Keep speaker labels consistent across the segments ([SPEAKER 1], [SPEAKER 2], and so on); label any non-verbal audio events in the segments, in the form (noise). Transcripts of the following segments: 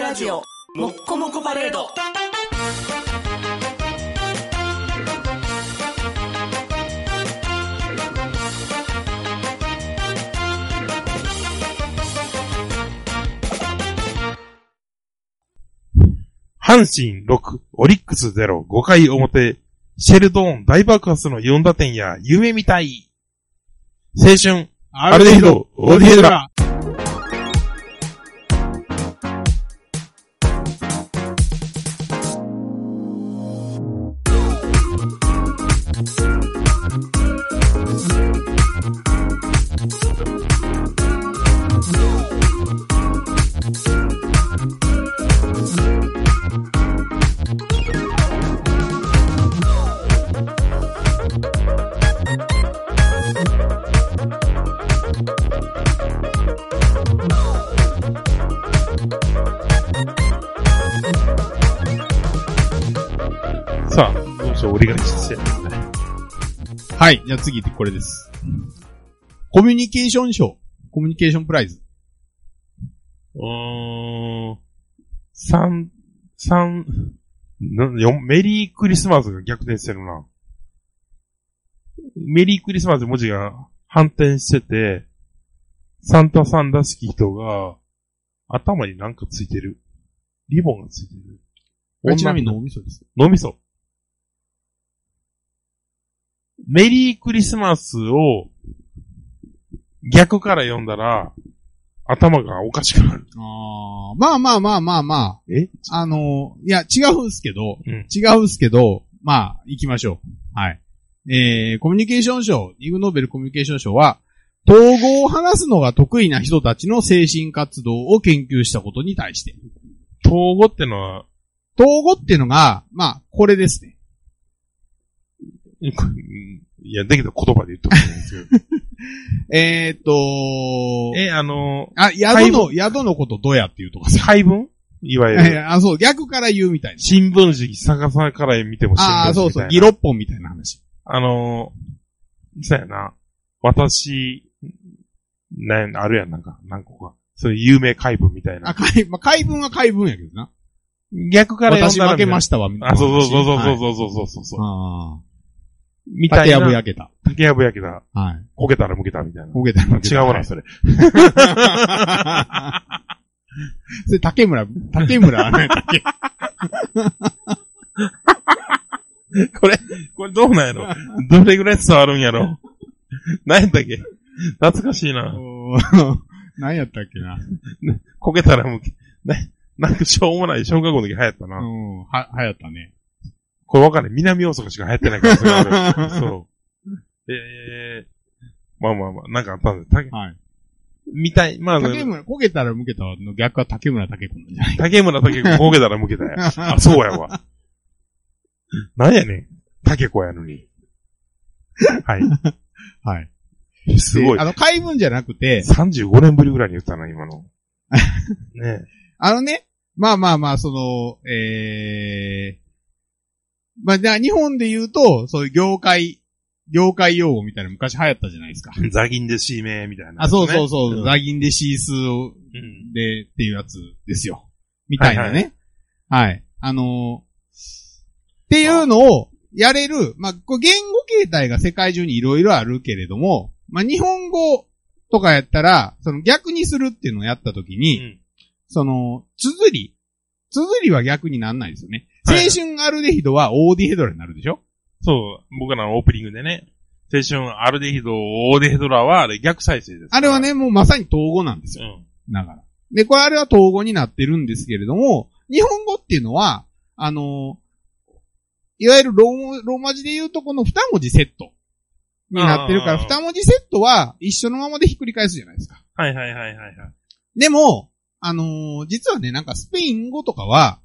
[SPEAKER 1] ラジオもっこもこパレード
[SPEAKER 2] 阪神6、オリックス0、5回表、シェルドーン大爆発の4打点や夢みたい。青春、アルデヒド、オディエドラ。さあ、どうしよう、折り返しして。
[SPEAKER 3] はい。じゃあ次、これです。コミュニケーション賞。コミュニケーションプライズ。
[SPEAKER 2] うーん、三、三、な四メリークリスマスが逆転してるな。メリークリスマスの文字が反転してて、サンタさんらしき人が、頭になんかついてる。リボンがついてる。
[SPEAKER 3] これちなみに脳みそです。
[SPEAKER 2] 脳みそ。メリークリスマスを逆から読んだら頭がおかしくなる。
[SPEAKER 3] あまあまあまあまあま
[SPEAKER 2] え
[SPEAKER 3] あ。あのーいや、違うんすけど、
[SPEAKER 2] うん
[SPEAKER 3] 違うんすけど、まあ、行きましょう。はい。えー、コミュニケーション賞、イグノーベルコミュニケーション賞は、統合を話すのが得意な人たちの精神活動を研究したことに対して。
[SPEAKER 2] 統合ってのは、 (laughs)
[SPEAKER 3] 統合っていうのが、まあ、これですね。
[SPEAKER 2] うんいや、だけど言葉で言ってもらうんですけど。
[SPEAKER 3] えー、っと (laughs)
[SPEAKER 2] え、あの、
[SPEAKER 3] あ、宿の、宿のことどうやっていうとかさ。
[SPEAKER 2] 配分いわゆ
[SPEAKER 3] いやい
[SPEAKER 2] る、
[SPEAKER 3] や (laughs) あ、そう、逆から言うみたいな。
[SPEAKER 2] 新聞紙逆さから見ても新聞紙みたいな。
[SPEAKER 3] ああ、そうそう、ギロッポンみたいな話。
[SPEAKER 2] あのー、そうやな。私、なん、あるやん、なんか、何個か。そういう有名解文みたい
[SPEAKER 3] あ、
[SPEAKER 2] な。
[SPEAKER 3] 解、まあ、解文は解文やけどな。
[SPEAKER 2] 逆から読ん
[SPEAKER 3] 私
[SPEAKER 2] だら
[SPEAKER 3] 負
[SPEAKER 2] みた
[SPEAKER 3] け
[SPEAKER 2] いな
[SPEAKER 3] ましたわ、みたい
[SPEAKER 2] あ、
[SPEAKER 3] な話。
[SPEAKER 2] そうそうそうそう
[SPEAKER 3] う。
[SPEAKER 2] そうそうそうそうそう、
[SPEAKER 3] あ
[SPEAKER 2] み
[SPEAKER 3] あ。
[SPEAKER 2] た
[SPEAKER 3] 竹
[SPEAKER 2] い
[SPEAKER 3] やぶ
[SPEAKER 2] な。
[SPEAKER 3] 焼けた。
[SPEAKER 2] 竹やぶやけだ。
[SPEAKER 3] はい。
[SPEAKER 2] こけた (laughs) らむけたみたいな。
[SPEAKER 3] 焦げたの。
[SPEAKER 2] 違うな、それ。
[SPEAKER 3] (laughs) それ竹村、竹村 (laughs) は
[SPEAKER 2] (laughs)
[SPEAKER 3] ね、竹。
[SPEAKER 2] これ、これどうなん (laughs) やろどれぐらい伝わるんやろ (laughs) 何やったっけ懐かしいな。
[SPEAKER 3] おー何やったっけな。
[SPEAKER 2] こけたらむけ、な、なんかしょうもない小学校の時流行ったな。
[SPEAKER 3] うん、は、流行ったね。
[SPEAKER 2] これわかんない。南大阪しか流行ってないから、それ (laughs) あるそう。ええまあまあまあ、なんかあったんです。竹、
[SPEAKER 3] はい。
[SPEAKER 2] みたい、まあ、
[SPEAKER 3] 竹村、焦げたら向けたの逆は竹村竹子なんじゃない
[SPEAKER 2] 竹村竹子、こけたらむけた
[SPEAKER 3] (laughs)
[SPEAKER 2] や。あ、そうやわ。なんやねん。竹子やのに。はい。
[SPEAKER 3] はい。
[SPEAKER 2] すごい
[SPEAKER 3] であ。の、解文じゃなくて、
[SPEAKER 2] 35年ぶりぐらいに言ったな、今
[SPEAKER 3] (laughs)
[SPEAKER 2] の。ね
[SPEAKER 3] あのね、まあまあまあ、その、ええまあじゃあ日本で言うと、そういう業界、業界用語みたいなの昔流行ったじゃないですか。
[SPEAKER 2] え。ザギンで指名みたいな、
[SPEAKER 3] あ、そうそうそう、
[SPEAKER 2] ん
[SPEAKER 3] ザギンでシースー
[SPEAKER 2] うん。
[SPEAKER 3] でっていうやつですよ。みたいなね。はい、あのーっていうのをやれる、まあ、こう言語形態が世界中にいろいろあるけれども、まあ日本語とかやったら、その逆にするっていうのをやったとき
[SPEAKER 2] う
[SPEAKER 3] に、
[SPEAKER 2] ん。
[SPEAKER 3] その、綴り。綴りは逆になんないですよね。
[SPEAKER 2] は
[SPEAKER 3] 青
[SPEAKER 2] い
[SPEAKER 3] 春アルデヒドはオーディヘドラになるでしょ
[SPEAKER 2] そう、僕らのオープニングでね、青春アルデヒド、オーデヒドラは、あれ逆再生です。
[SPEAKER 3] あれは、ね、もうまさに統合なんです
[SPEAKER 2] う
[SPEAKER 3] よ。
[SPEAKER 2] ん。
[SPEAKER 3] だから。で、これあれは統合になってるんですけれども、日本語っていうのは、あの、いわゆるローローマ字で言うとこの二文字セットになってるから、
[SPEAKER 2] あー
[SPEAKER 3] 二文字セットは一緒のままでひっくり返すじゃないですか。
[SPEAKER 2] はいはいはいはいはい。
[SPEAKER 3] でも、あのー実はね、なんかスペイン語とかは、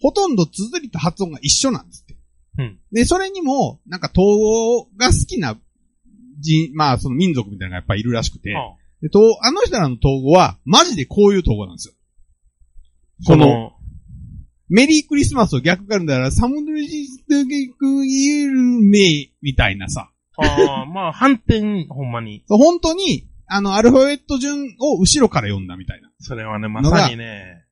[SPEAKER 3] ほとんど綴りと発音が一緒なんですって。
[SPEAKER 2] うん
[SPEAKER 3] で、それにも、なんか東欧が好きな人、まあその民族みたいなのがやっぱいるらしくて、
[SPEAKER 2] あ
[SPEAKER 3] で東あの人らの統合は、マジでこういう統合なんですよ。
[SPEAKER 2] そ
[SPEAKER 3] この
[SPEAKER 2] の、
[SPEAKER 3] メリークリスマスを逆からだら、サムドリジストゲクイルメイみたいなさ、
[SPEAKER 2] ああ、まあ、反転、ほんまに。
[SPEAKER 3] そう本当に、あの、アルファベット順を後ろから読んだみたいな。
[SPEAKER 2] それはね、まさにね、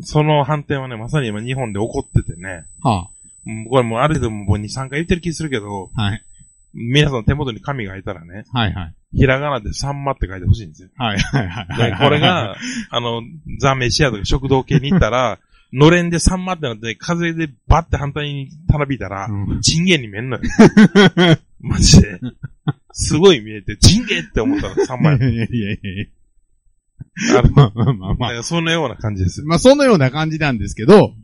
[SPEAKER 2] その判定はね、まさに今日本で起こっててね、
[SPEAKER 3] は
[SPEAKER 2] うんこれもうある程度もう2、3回言ってる気するけど、
[SPEAKER 3] あ、はい。
[SPEAKER 2] 皆さんの手元に紙が開いたらね、
[SPEAKER 3] はいはい。
[SPEAKER 2] ひらがなでサンマって書いてほしいんですよ。
[SPEAKER 3] はいはいはい
[SPEAKER 2] で
[SPEAKER 3] はい。
[SPEAKER 2] これ、が、あの、ザ・メシアとか食堂系に行った
[SPEAKER 3] (laughs)
[SPEAKER 2] ら、のれんでサンマってなって、風でバッて反対にたなびいたら
[SPEAKER 3] う、ん、
[SPEAKER 2] チンゲンに見えんのよ。
[SPEAKER 3] (laughs)
[SPEAKER 2] マジで。すごい見えて、チンゲンって思ったらサンマや
[SPEAKER 3] (laughs) いやいやいやい
[SPEAKER 2] あ
[SPEAKER 3] や。
[SPEAKER 2] の
[SPEAKER 3] まあまあまあま
[SPEAKER 2] な
[SPEAKER 3] あ。
[SPEAKER 2] んかそのような感じですよ。
[SPEAKER 3] まあそのような感じなんですけど、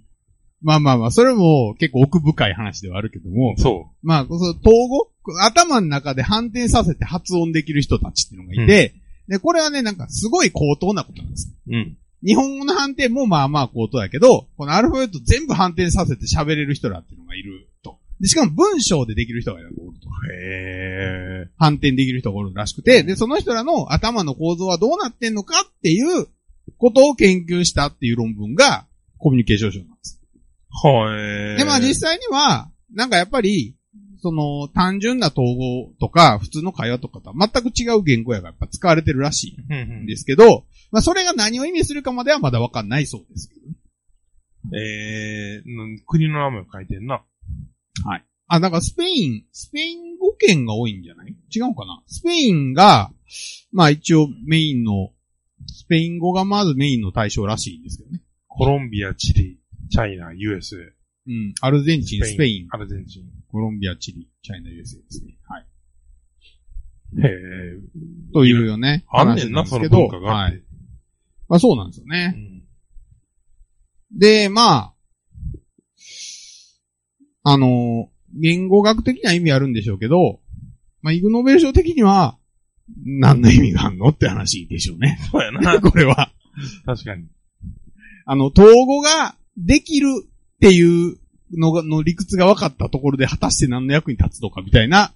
[SPEAKER 3] まあまあまあ、それも結構奥深い話ではあるけども、
[SPEAKER 2] そ
[SPEAKER 3] まあ、その統合、頭の中で反転させて発音できる人たちっていうのがいて、で、これはね、なんかすごい高等なことなんです。
[SPEAKER 2] う。うん。
[SPEAKER 3] 日本語の反転もまあまあ高等やけど、このアルファベット全部反転させて喋れる人らっていうのがいると。で、しかも文章でできる人がいると。
[SPEAKER 2] へえ。
[SPEAKER 3] 反転できる人がおるらしくて、で、その人らの頭の構造はどうなってんのかっていうことを研究したっていう論文がコミュニケーション書なんです。
[SPEAKER 2] はい。
[SPEAKER 3] で、まあ実際には、なんかやっぱり、その、単純な統合とか、普通の会話とかとは全く違う言語やがやっぱ使われてるらし
[SPEAKER 2] うん
[SPEAKER 3] い
[SPEAKER 2] うん
[SPEAKER 3] んですけど、まあそれが何を意味するかまではまだわかんないそうです。
[SPEAKER 2] えー、うん国の名前を書いてんな。
[SPEAKER 3] あ、なんかスペイン、スペイン語圏が多いんじゃない違うかなスペインが、まあ一応メインの、スペイン語がまずメインの対象らしいんですけどね。
[SPEAKER 2] コロンビア、チリ、チャイナ、USA。
[SPEAKER 3] うん。アルゼンチン、スペイン、
[SPEAKER 2] アルゼンチン。
[SPEAKER 3] コロンビア、チリ、チャイナ、USA ですね。はい。
[SPEAKER 2] へえ。
[SPEAKER 3] というよね。
[SPEAKER 2] あんねんな、
[SPEAKER 3] 話
[SPEAKER 2] そ
[SPEAKER 3] ん
[SPEAKER 2] の
[SPEAKER 3] ですけ
[SPEAKER 2] 文
[SPEAKER 3] ど
[SPEAKER 2] 化があっ
[SPEAKER 3] はい
[SPEAKER 2] て。。
[SPEAKER 3] まあそうなんですよね
[SPEAKER 2] う。ん
[SPEAKER 3] で、まあ、あの、言語学的には意味あるんでしょうけど、まあ、イグノーベル賞的には、何の意味があんのって話でしょう
[SPEAKER 2] (laughs)
[SPEAKER 3] ね。
[SPEAKER 2] そうやな。
[SPEAKER 3] これは。
[SPEAKER 2] 確かに。
[SPEAKER 3] あの、統合ができるっていうのが、の理屈が分かったところで果たして何の役に立つのかみたいな、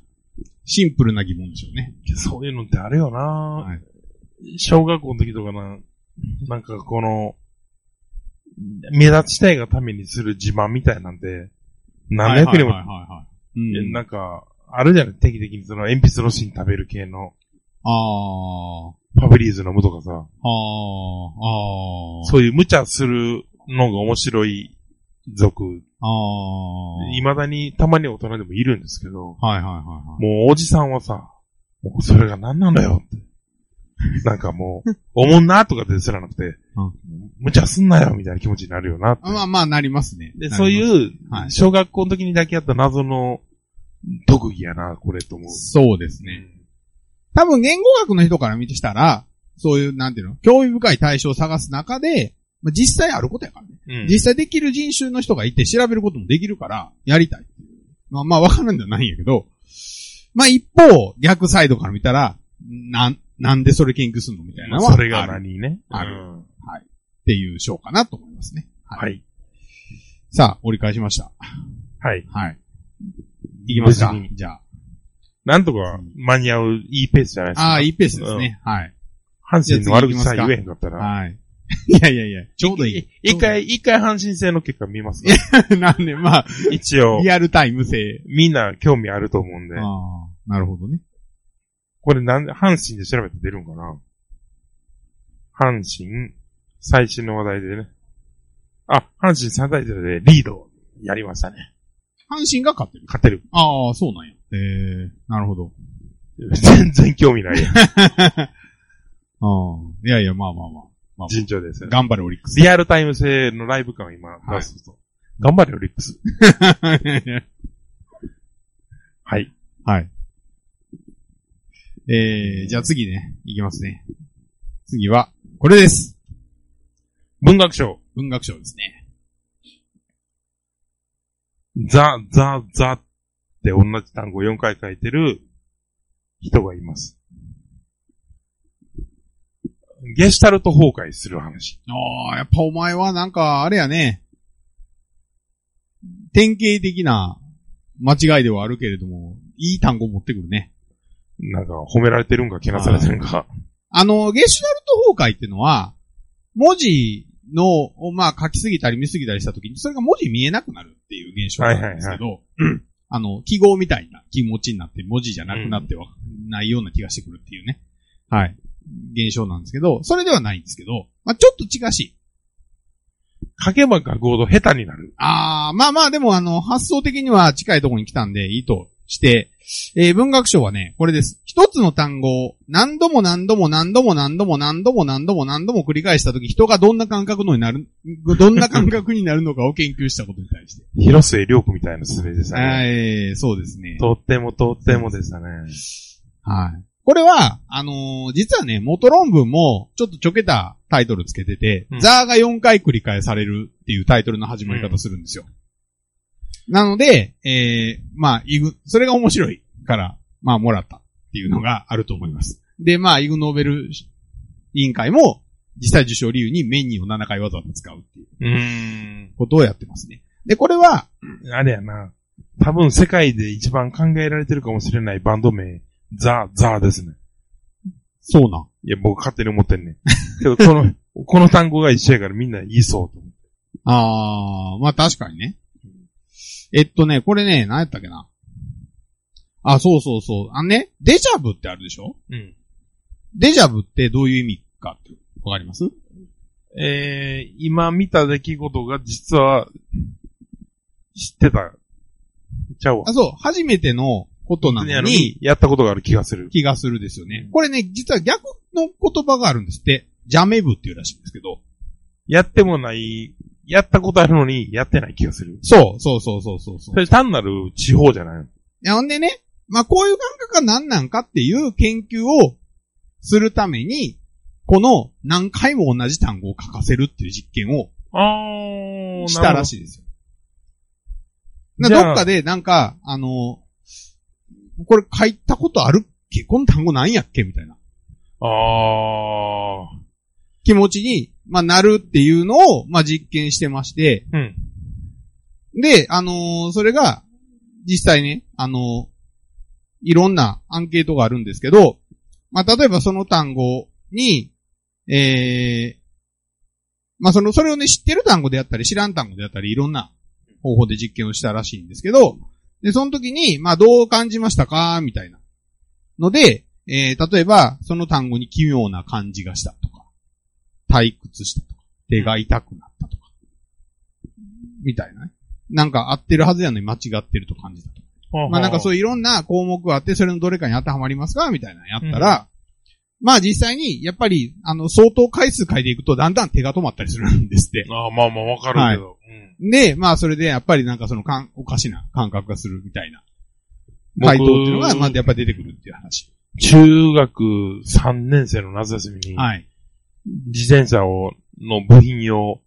[SPEAKER 3] シンプルな疑問でしょうね。
[SPEAKER 2] そういうのってあれよな、
[SPEAKER 3] い
[SPEAKER 2] 小学校の時とかな、なんかこの、目立ちたいがためにする自慢みたいなんで、何の役にも、
[SPEAKER 3] はいはいはいはい、はい。うん。
[SPEAKER 2] な
[SPEAKER 3] あ
[SPEAKER 2] んか、あるじゃない定期的にその鉛筆の芯食べる系の、
[SPEAKER 3] あ
[SPEAKER 2] フ
[SPEAKER 3] ー、
[SPEAKER 2] ァブリーズ飲むとかさ、
[SPEAKER 3] ああ、ああ、
[SPEAKER 2] そういう無茶するのが面白い族、
[SPEAKER 3] ああ、
[SPEAKER 2] 未だにたまに大人でもいるんですけど、
[SPEAKER 3] はいはいはいはい。
[SPEAKER 2] もうおじさんはさ、もうそれが何なのよ
[SPEAKER 3] (laughs)
[SPEAKER 2] って。なんかもう、おもんなとかですらなくて、
[SPEAKER 3] うん
[SPEAKER 2] 無茶すんなよみたいな気持ちになるよなって。
[SPEAKER 3] まあまあ、なりますね。
[SPEAKER 2] で、そう
[SPEAKER 3] う。
[SPEAKER 2] いう
[SPEAKER 3] は、い
[SPEAKER 2] 小学校の時にだけあった謎の特技やな、これと思う。
[SPEAKER 3] そうですね。多分言語学の人から見てしたら、そういう、なんていうの、興味深い対象を探す中で、まあ、実際あることやからね。
[SPEAKER 2] うん。
[SPEAKER 3] 実際できる人種の人がいて調べることもできるから、やりたい。まあまあ、わかるんじゃないんやけど、まあ一方、逆サイドから見たら、なん、なんでそれ研究するのみたい
[SPEAKER 2] ま
[SPEAKER 3] な
[SPEAKER 2] あ
[SPEAKER 3] のは、
[SPEAKER 2] それが
[SPEAKER 3] あるっ
[SPEAKER 2] 何ね。
[SPEAKER 3] ある
[SPEAKER 2] うん
[SPEAKER 3] ていう章かなと思いますね。
[SPEAKER 2] は。い。
[SPEAKER 3] さあ、折り返しました。
[SPEAKER 2] はい。
[SPEAKER 3] はい。いきますか
[SPEAKER 2] 無事。に
[SPEAKER 3] じゃあ。
[SPEAKER 2] なんとか間に合ういいペースじゃないですか。
[SPEAKER 3] ああ、いいペースですね。はい。
[SPEAKER 2] 阪神の悪口さえ言えへんかったら。
[SPEAKER 3] はい。 (laughs) いやいやいや、ちょうどいい。 (laughs)
[SPEAKER 2] 一回、一回阪神戦の結果見ますか
[SPEAKER 3] なんで、まあ、
[SPEAKER 2] 一応、
[SPEAKER 3] リアルタイム性。
[SPEAKER 2] みんな興味あると思うんで
[SPEAKER 3] あ。あ、なるほどね。
[SPEAKER 2] これなん、阪神で調べて出るんかな阪神、最新の話題でね。あ、阪神3対0でリードをやりましたね。
[SPEAKER 3] 阪神が勝ってる。
[SPEAKER 2] 勝てる。 (laughs)
[SPEAKER 3] ああ、そうなんや。ええなるほど。
[SPEAKER 2] 全然興味 (laughs) ないやん。
[SPEAKER 3] (laughs) ああ、いやいや、まあまあまあ。まあ
[SPEAKER 2] 順調ですよ。
[SPEAKER 3] 頑張れ、オリックス。 (laughs)
[SPEAKER 2] リアルタイム性のライブ感を今出すと。頑張れよ、オリックス。はい。
[SPEAKER 3] はい。ええじゃあ次ね、いきますね。次は、これです。
[SPEAKER 2] 文学賞。
[SPEAKER 3] 文学賞ですね。
[SPEAKER 2] ザ、ザ、ザって同じ単語4回書いてる人がいます。ゲシュタルト崩壊する話。
[SPEAKER 3] ああ、やっぱお前はなんか、あれやね。典型的な間違いではあるけれども、いい単語持ってくるね。
[SPEAKER 2] なんか褒められてるんか、けなされてるんか。
[SPEAKER 3] あの、ゲシュタルト崩壊っていうのは、文字の、をまあ書きすぎたり見すぎたりしたときに、それが文字見えなくなるっていう現象なんですけど、あの、記号みたいな気持ちになって文字じゃなくなってはないような気がしてくるっていうね。はい。現象なんですけど、それではないんですけど、まあちょっと近しい。
[SPEAKER 2] 影間が合同下手になる。
[SPEAKER 3] ああ、まあまあ、でもあの、発想的には近いところに来たんで、いいとして、えー文学賞はね、これです。一つの単語を何度も何度も何度も何度も何度も何度も何度も繰り返したとき、人がどんな感覚のになる、どんな感覚になるのかを研究したことに対して。
[SPEAKER 2] 広末涼子みたいなスレでしたね。
[SPEAKER 3] (laughs) はい、そうですね。
[SPEAKER 2] とってもとってもでしたね。
[SPEAKER 3] はい。これは、あのー実はね、元論文も、ちょっとちょけたタイトルつけてて、
[SPEAKER 2] うん
[SPEAKER 3] ザーが4回繰り返されるっていうタイトルの始まり方するんですよ。なので、えー、まあ、イグ、それが面白いから、まあ、もらったっていうのがあると思います。で、まあ、イグノーベル委員会も、実際受賞理由にメニューを7回わざわざ使うっていう
[SPEAKER 2] うーん。
[SPEAKER 3] ことをやってますね。で、これは、
[SPEAKER 2] あれやな。多分世界で一番考えられてるかもしれないバンド名、ザ・ザですね。
[SPEAKER 3] そうなん。
[SPEAKER 2] いや、僕勝手に思ってんね
[SPEAKER 3] (laughs)
[SPEAKER 2] ん。けど、この、この単語が一緒やからみんな言いそうと思って。
[SPEAKER 3] あー、まあ確かにね。えっとね、これね、何やったっけな。あ、そうそうそう。あのね、デジャブってあるでしょ
[SPEAKER 2] うん。
[SPEAKER 3] デジャブってどういう意味かって、わかります
[SPEAKER 2] えー、今見た出来事が実は、知ってた。ちゃうわ
[SPEAKER 3] あ、。そう、初めてのことなのに、
[SPEAKER 2] やったことがある気がする。
[SPEAKER 3] 気がするですよね
[SPEAKER 2] うん。
[SPEAKER 3] これね、実は逆の言葉があるんですって。ジャメブっていうらしいんですけど。
[SPEAKER 2] やってもない、やったことあるのに、やってない気がする。
[SPEAKER 3] そう、そうそうそうそうそう
[SPEAKER 2] そ。れ単なる地方じゃないの
[SPEAKER 3] いや、ほんでね、まあ、こういう感覚が何なんかっていう研究をするために、この何回も同じ単語を書かせるっていう実験を
[SPEAKER 2] あ
[SPEAKER 3] したらしいですよ。な
[SPEAKER 2] じゃあ
[SPEAKER 3] どっかでなんか、あの、これ書いたことあるっけこの単語なんやっけみたいな
[SPEAKER 2] ああ
[SPEAKER 3] 気持ちに、まあ、なるっていうのを、まあ、実験してまして、
[SPEAKER 2] ー。うん。
[SPEAKER 3] で、あのーそれが、実際ね、あのーいろんなアンケートがあるんですけど、まあ、例えばその単語に、えー、まあ、その、それをね、知ってる単語であったり、知らん単語であったり、いろんな方法で実験をしたらしいんですけど、で、その時に、まあ、どう感じましたかみたいな。ので、えー、例えば、その単語に奇妙な感じがしたとか、退屈したとか、手が痛くなったとか、みたいなね。なんか合ってるはずやのに間違ってると感じたと。まあなんかそう
[SPEAKER 2] いう。
[SPEAKER 3] いういろんな項目があって、それのどれかに当てはまりますかみたいなのやったら、まあ実際に、やっぱり、あの、相当回数書いていくと、だんだん手が止まったりするんですって。
[SPEAKER 2] あーまあまあわかるけど。うん
[SPEAKER 3] で、まあそれでやっぱりなんかそのかん、おかしな感覚がするみたいな回答っていうのが、
[SPEAKER 2] 僕
[SPEAKER 3] まあやっぱり出てくるっていう話。
[SPEAKER 2] 中学3年生の夏休みに、
[SPEAKER 3] はい。
[SPEAKER 2] 自転車を、の部品を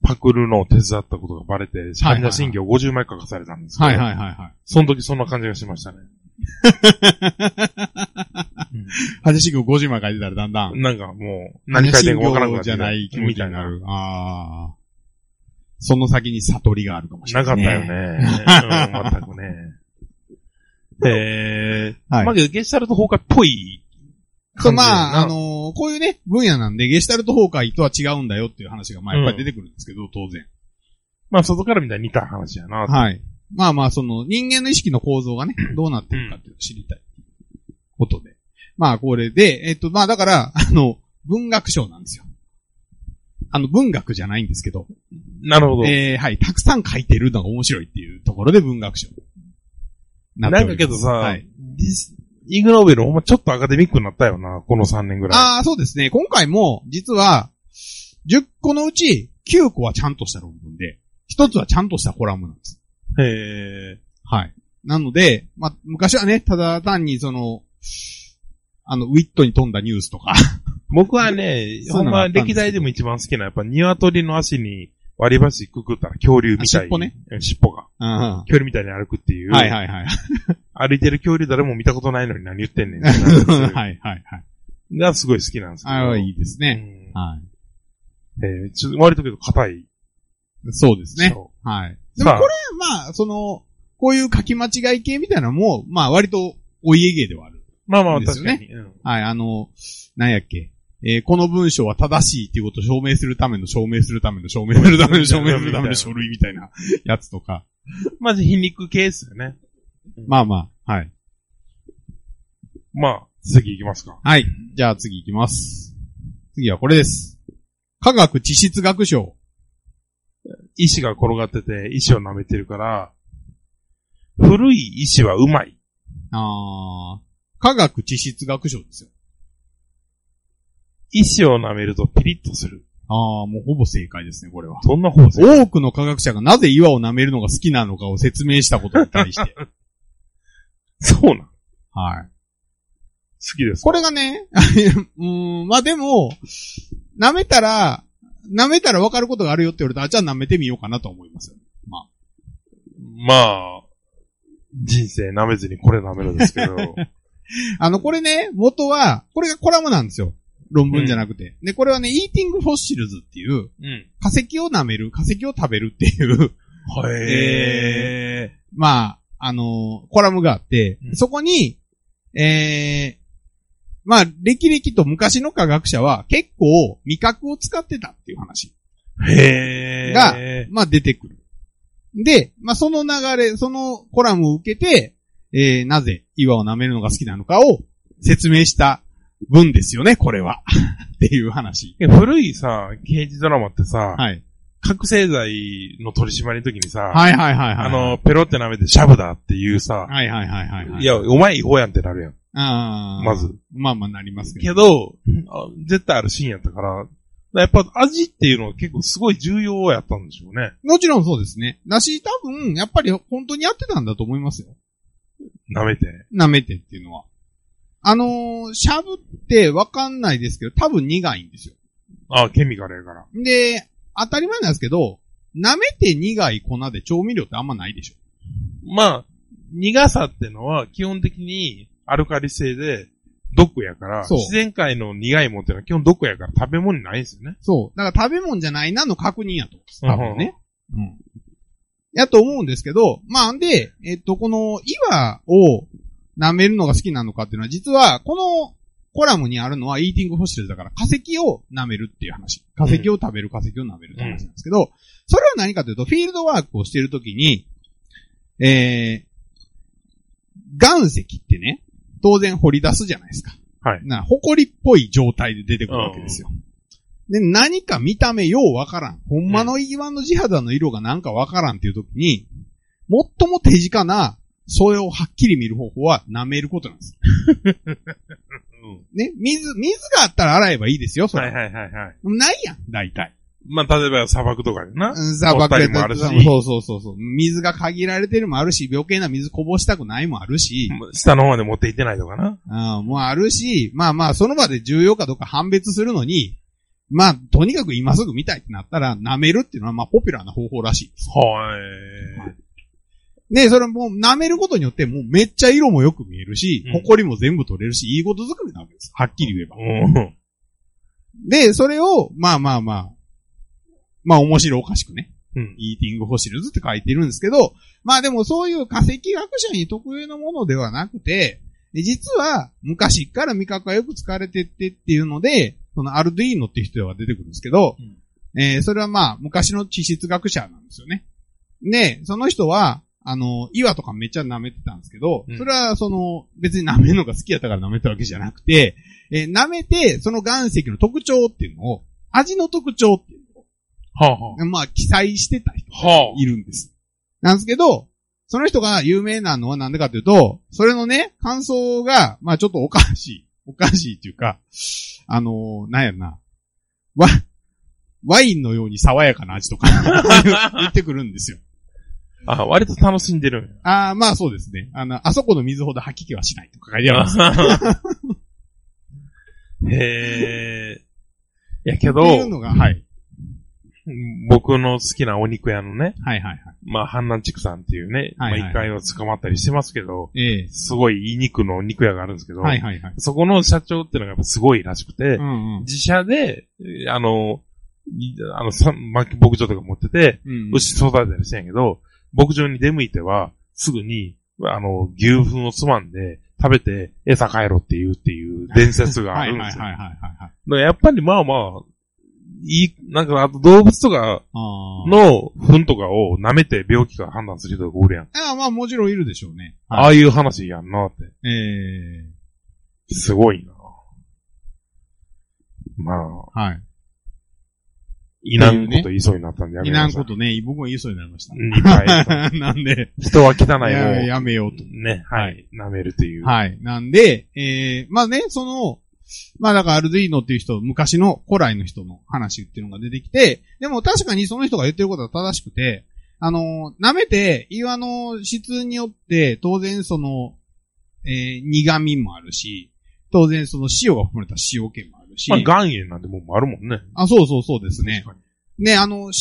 [SPEAKER 2] パクるのを手伝ったことがバレて、患者信業50枚書かされたんですけど、
[SPEAKER 3] はいはいはいはい。
[SPEAKER 2] その時そんな感じがしま
[SPEAKER 3] (laughs)
[SPEAKER 2] したね。
[SPEAKER 3] 8行50枚書いてたらだんだん。
[SPEAKER 2] なんかもう、何書いてるかわからんくなってき
[SPEAKER 3] じ
[SPEAKER 2] た
[SPEAKER 3] ゃない気持
[SPEAKER 2] み
[SPEAKER 3] ち
[SPEAKER 2] たい
[SPEAKER 3] にな
[SPEAKER 2] な。
[SPEAKER 3] る。ああ。その先に悟りがあるかもしれ
[SPEAKER 2] な
[SPEAKER 3] な
[SPEAKER 2] か
[SPEAKER 3] い、
[SPEAKER 2] ったよね。うん、全くね。えー、
[SPEAKER 3] はい
[SPEAKER 2] まあけどゲシュタルト崩壊っぽい
[SPEAKER 3] そう、
[SPEAKER 2] 感じやな。
[SPEAKER 3] まあ、あのーこういうね、分野なんで、ゲシュタルト崩壊とは違うんだよっていう話が、まあ、やっぱり出てくるんですけど、当然。
[SPEAKER 2] まあ外から見たら似た話やな。
[SPEAKER 3] はい。まあまあ、その、人間の意識の構造がね、どうなってるかっていうのを知りたい。ことで。まあ、これで、えっと、まあ、だから、あの、文学賞なんですよ。あの、文学じゃないんですけど、
[SPEAKER 2] なるほど。
[SPEAKER 3] えー、はい、たくさん書いてるのが面白いっていうところで文学賞。な
[SPEAKER 2] なんかけどさ、
[SPEAKER 3] はい
[SPEAKER 2] ディスイグノーベルほんまちょっとアカデミックになったよな、この3年ぐらい。
[SPEAKER 3] ああ、そうですね。今回も、実は、10個のうち9個はちゃんとした論文で、1つはちゃんとしたコラムなんです。
[SPEAKER 2] へえ。
[SPEAKER 3] はい。なので、まあ、昔はね、ただ単にその、あの、ウィットに富んだニュースとか、
[SPEAKER 2] 僕はね、
[SPEAKER 3] そ
[SPEAKER 2] ほ
[SPEAKER 3] うんなのあ
[SPEAKER 2] ま
[SPEAKER 3] ったんですけ
[SPEAKER 2] 歴
[SPEAKER 3] ど
[SPEAKER 2] 代でも一番好きな、やっぱ鶏の足に割り箸くくったら恐竜みたい
[SPEAKER 3] あ尻尾ね。
[SPEAKER 2] うん尻尾が。
[SPEAKER 3] (laughs) うん。は
[SPEAKER 2] 恐竜みたいに歩くっていう。
[SPEAKER 3] いはいはい。
[SPEAKER 2] 歩いてる恐竜誰も見たことないのに何言ってんねん。
[SPEAKER 3] (laughs) はいはいはい。
[SPEAKER 2] がすごい好きなんですけど。
[SPEAKER 3] ああ、いいです
[SPEAKER 2] う
[SPEAKER 3] ね。
[SPEAKER 2] ん
[SPEAKER 3] はい。
[SPEAKER 2] えーちょっと割とけど硬い。
[SPEAKER 3] そうですね。
[SPEAKER 2] そ
[SPEAKER 3] はい。
[SPEAKER 2] う。
[SPEAKER 3] でも
[SPEAKER 2] さ
[SPEAKER 3] こ
[SPEAKER 2] あ
[SPEAKER 3] れ、まあ、その、こういう書き間違い系みたいなのも、まあ、割とお家芸ではある。
[SPEAKER 2] まあまあ
[SPEAKER 3] いいです
[SPEAKER 2] 確
[SPEAKER 3] よ
[SPEAKER 2] か
[SPEAKER 3] ね
[SPEAKER 2] に。うん
[SPEAKER 3] はい、あの、なんやっけ。えーこの文章は正しいっていうことを証明するための証明するための証明するための証明するための書類みたいなやつとか。
[SPEAKER 2] まず皮肉系ですよね。
[SPEAKER 3] まあまあ、はい。
[SPEAKER 2] まあ、次行きますか。
[SPEAKER 3] はい。じゃあ次行きます。次はこれです。科学地質学賞。
[SPEAKER 2] 石が転がってて、石を舐めてるから、古い石はうまい。
[SPEAKER 3] あー科学地質学賞ですよ。
[SPEAKER 2] 石を舐めるとピリッとする。
[SPEAKER 3] ああ、もうほぼ正解ですね、これは。
[SPEAKER 2] そんな方法
[SPEAKER 3] 多くの科学者がなぜ岩を舐めるのが好きなのかを説明したことに対して。 (laughs)
[SPEAKER 2] そうなん。好
[SPEAKER 3] はい。
[SPEAKER 2] きです。
[SPEAKER 3] これがね、 (laughs) うーん、まあでも、舐めたら、舐めたら分かることがあるよって言われたら、あじゃあ舐めてみようかなと思いますよ。
[SPEAKER 2] まあ、人生舐めずにこれ舐めるんです (laughs) けど。
[SPEAKER 3] あの、これね、元は、これがコラムなんですよ。論文じゃなくて。で、これはね、イーティングフォッシルズっていう、
[SPEAKER 2] うん。
[SPEAKER 3] 化石を舐める、化石を食べるっていう、
[SPEAKER 2] へえ。
[SPEAKER 3] えーまあ、あのーコラムがあって、
[SPEAKER 2] うん
[SPEAKER 3] そこに、えーまあ、歴々と昔の科学者は結構味覚を使ってたっていう話
[SPEAKER 2] へえ。
[SPEAKER 3] がまあ、出てくる。で、まあ、その流れ、そのコラムを受けて、えーなぜ岩を舐めるのが好きなのかを説明した文ですよね、これは。 (laughs) っていう話。
[SPEAKER 2] え古いさ、刑事ドラマってさ、
[SPEAKER 3] はい。
[SPEAKER 2] 覚醒剤の取り締まりの時にさ、
[SPEAKER 3] はいはいはいはい。
[SPEAKER 2] あの、、ペロって舐めてシャブだっていうさ、
[SPEAKER 3] はいはいはいはい、はい。
[SPEAKER 2] いや、お前違法やんってなるやん。
[SPEAKER 3] あー
[SPEAKER 2] まず。
[SPEAKER 3] まあまあなります
[SPEAKER 2] け
[SPEAKER 3] けど。
[SPEAKER 2] ど、あ絶対あるシーンやったから、やっぱ味っていうのは結構すごい重要やったんでしょうね。
[SPEAKER 3] もちろんそうですね。だし、多分、やっぱり本当にやってたんだと思いますよ。
[SPEAKER 2] 舐めて。
[SPEAKER 3] 舐めてっていうのは。あのー、しゃぶってわかんないですけど、多分苦いんですよ。
[SPEAKER 2] あ、ケミカルやから。
[SPEAKER 3] で、当たり前なんですけど、舐めて苦い粉で調味料ってあんまないでしょ。
[SPEAKER 2] まあ、苦さってのは基本的にアルカリ性で毒やから、
[SPEAKER 3] そう
[SPEAKER 2] 自然界の苦いもんってのは基本毒やから食べ物にないんですよね。
[SPEAKER 3] そう。だから食べ物じゃないなの確認やと。多分ね。うん。やと思うんですけど、まあ、んで、えっと、この岩を舐めるのが好きなのかっていうのは、実は、このコラムにあるのは、イーティングフォッシルだから、化石を舐めるっていう話。化石を食べる、化石を舐めるって話なんですけど、それは何かというと、フィールドワークをしているときに、えー、岩石ってね、当然掘り出すじゃないですか。
[SPEAKER 2] はい
[SPEAKER 3] な、埃っぽい状態で出てくるわけですよ。で、何か見た目ようわからん。ほんまの岩の地肌の色がなんかわからんっていう時に、最も手近な、それをはっきり見る方法は舐めることなんです。
[SPEAKER 2] うん。
[SPEAKER 3] ね、水、水があったら洗えばいいですよ、それ。
[SPEAKER 2] はいはいはいはい。
[SPEAKER 3] ないやん、大体。
[SPEAKER 2] まあ、例えば砂漠とかでな。
[SPEAKER 3] うん砂漠
[SPEAKER 2] 掘った
[SPEAKER 3] や
[SPEAKER 2] りもあるし
[SPEAKER 3] そうそうそうそう。水が限られてるもあるし、余計な水こぼしたくないもあるし、
[SPEAKER 2] 下の方まで持っていってないとかな。
[SPEAKER 3] うん、もうあるし、まあまあ、その場で重要かどうか判別するのに、まあ、とにかく今すぐ見たいってなったら、舐めるっていうのは、まあ、ポピュラーな方法らしいです。
[SPEAKER 2] はい。
[SPEAKER 3] で、それもう舐めることによって、もうめっちゃ色もよく見えるし
[SPEAKER 2] うん、
[SPEAKER 3] 埃も全部取れるし、いいことづくめなわけです。はっきり言えば。
[SPEAKER 2] うん。
[SPEAKER 3] で、それを、まあまあまあ、まあ面白おかしくね、
[SPEAKER 2] うん。
[SPEAKER 3] イーティングフォシルズって書いてるんですけど、まあでもそういう化石学者に特有のものではなくて、実は昔から味覚がよく使われてってっていうので、そのアルドゥイーノっていう人が出てくるんですけど、えーそれはまあ昔の地質学者なんですよね。で、その人は、あの、岩とかめっちゃ舐めてたんですけど
[SPEAKER 2] う、ん
[SPEAKER 3] それはその、別に舐めるのが好きやったから舐めたわけじゃなくて、えー舐めて、その岩石の特徴っていうのを、味の特徴っていう
[SPEAKER 2] はあ、は
[SPEAKER 3] のを、まあ記載してた人
[SPEAKER 2] あ。はい
[SPEAKER 3] るんです。なんですけど、その人が有名なのはなんでかというと、それのね、感想が、まあちょっとおかしい。おかしいっていうか、あのーなんやろな。わ、ワインのように爽やか
[SPEAKER 2] (laughs)
[SPEAKER 3] な味とか言ってくるんですよ。
[SPEAKER 2] あ。あ、割と楽しんでるんや。
[SPEAKER 3] ああ、まあそうですね。あの、あそこの水ほど吐き気はしないとか書いてあるんですよ。
[SPEAKER 2] へえ。いやけど
[SPEAKER 3] っ、ていうのが、はい。
[SPEAKER 2] 僕の好きなお肉屋のね、
[SPEAKER 3] はいはいは
[SPEAKER 2] まあ、阪南畜産っていうね、
[SPEAKER 3] はいはい
[SPEAKER 2] まあ、一回は捕まったりしてますけど、
[SPEAKER 3] い。ええ
[SPEAKER 2] すごいいい肉のお肉屋があるんですけど、
[SPEAKER 3] はいはいはい。
[SPEAKER 2] そこの社長ってのがやっぱすごいらしくて、
[SPEAKER 3] うんうん。
[SPEAKER 2] 自社で、えあの、いあの、さ牧牧場とか持ってて、
[SPEAKER 3] うん
[SPEAKER 2] 牛育てたりしてんやけど、牧場に出向いては、すぐに、あの、牛糞をつまんで、食べて、餌変えろっていうっていう伝説があ
[SPEAKER 3] はい
[SPEAKER 2] る
[SPEAKER 3] は
[SPEAKER 2] んで
[SPEAKER 3] い (laughs) はい
[SPEAKER 2] すよ。
[SPEAKER 3] はいはいはい。
[SPEAKER 2] だからやっぱりまあまあ、いい、なんか、あと動物とか
[SPEAKER 3] あー
[SPEAKER 2] の糞とかを舐めて病気か判断する人がおるやん。
[SPEAKER 3] あー。まあもちろんいるでしょうね。
[SPEAKER 2] ああいう話やんなって。
[SPEAKER 3] い。ええ
[SPEAKER 2] すごいな。まあ、
[SPEAKER 3] はい。
[SPEAKER 2] いらんこと言いそうになったんでやめ
[SPEAKER 3] (laughs) い
[SPEAKER 2] な
[SPEAKER 3] ら
[SPEAKER 2] さ
[SPEAKER 3] んことね、僕も言いそうになりました。
[SPEAKER 2] うんいっ
[SPEAKER 3] (laughs)
[SPEAKER 2] ぱ
[SPEAKER 3] なんで、
[SPEAKER 2] い。人は汚い
[SPEAKER 3] い
[SPEAKER 2] も
[SPEAKER 3] や
[SPEAKER 2] ん
[SPEAKER 3] やめようと。
[SPEAKER 2] ね、はい。舐めるという。
[SPEAKER 3] はい。なんで、えー、まあね、その、まあだからアルディーノっていう人、昔の古来の人の話っていうのが出てきて、でも確かにその人が言ってることは正しくて、あの、舐めて岩の質によって、当然その、えー、苦味もあるし、当然その塩が含まれた塩気もあるし、
[SPEAKER 2] まあ、岩塩なんてもんもあるもんね。
[SPEAKER 3] あ、そうそうそうですね
[SPEAKER 2] 確。かに。
[SPEAKER 3] ね、あの、塩気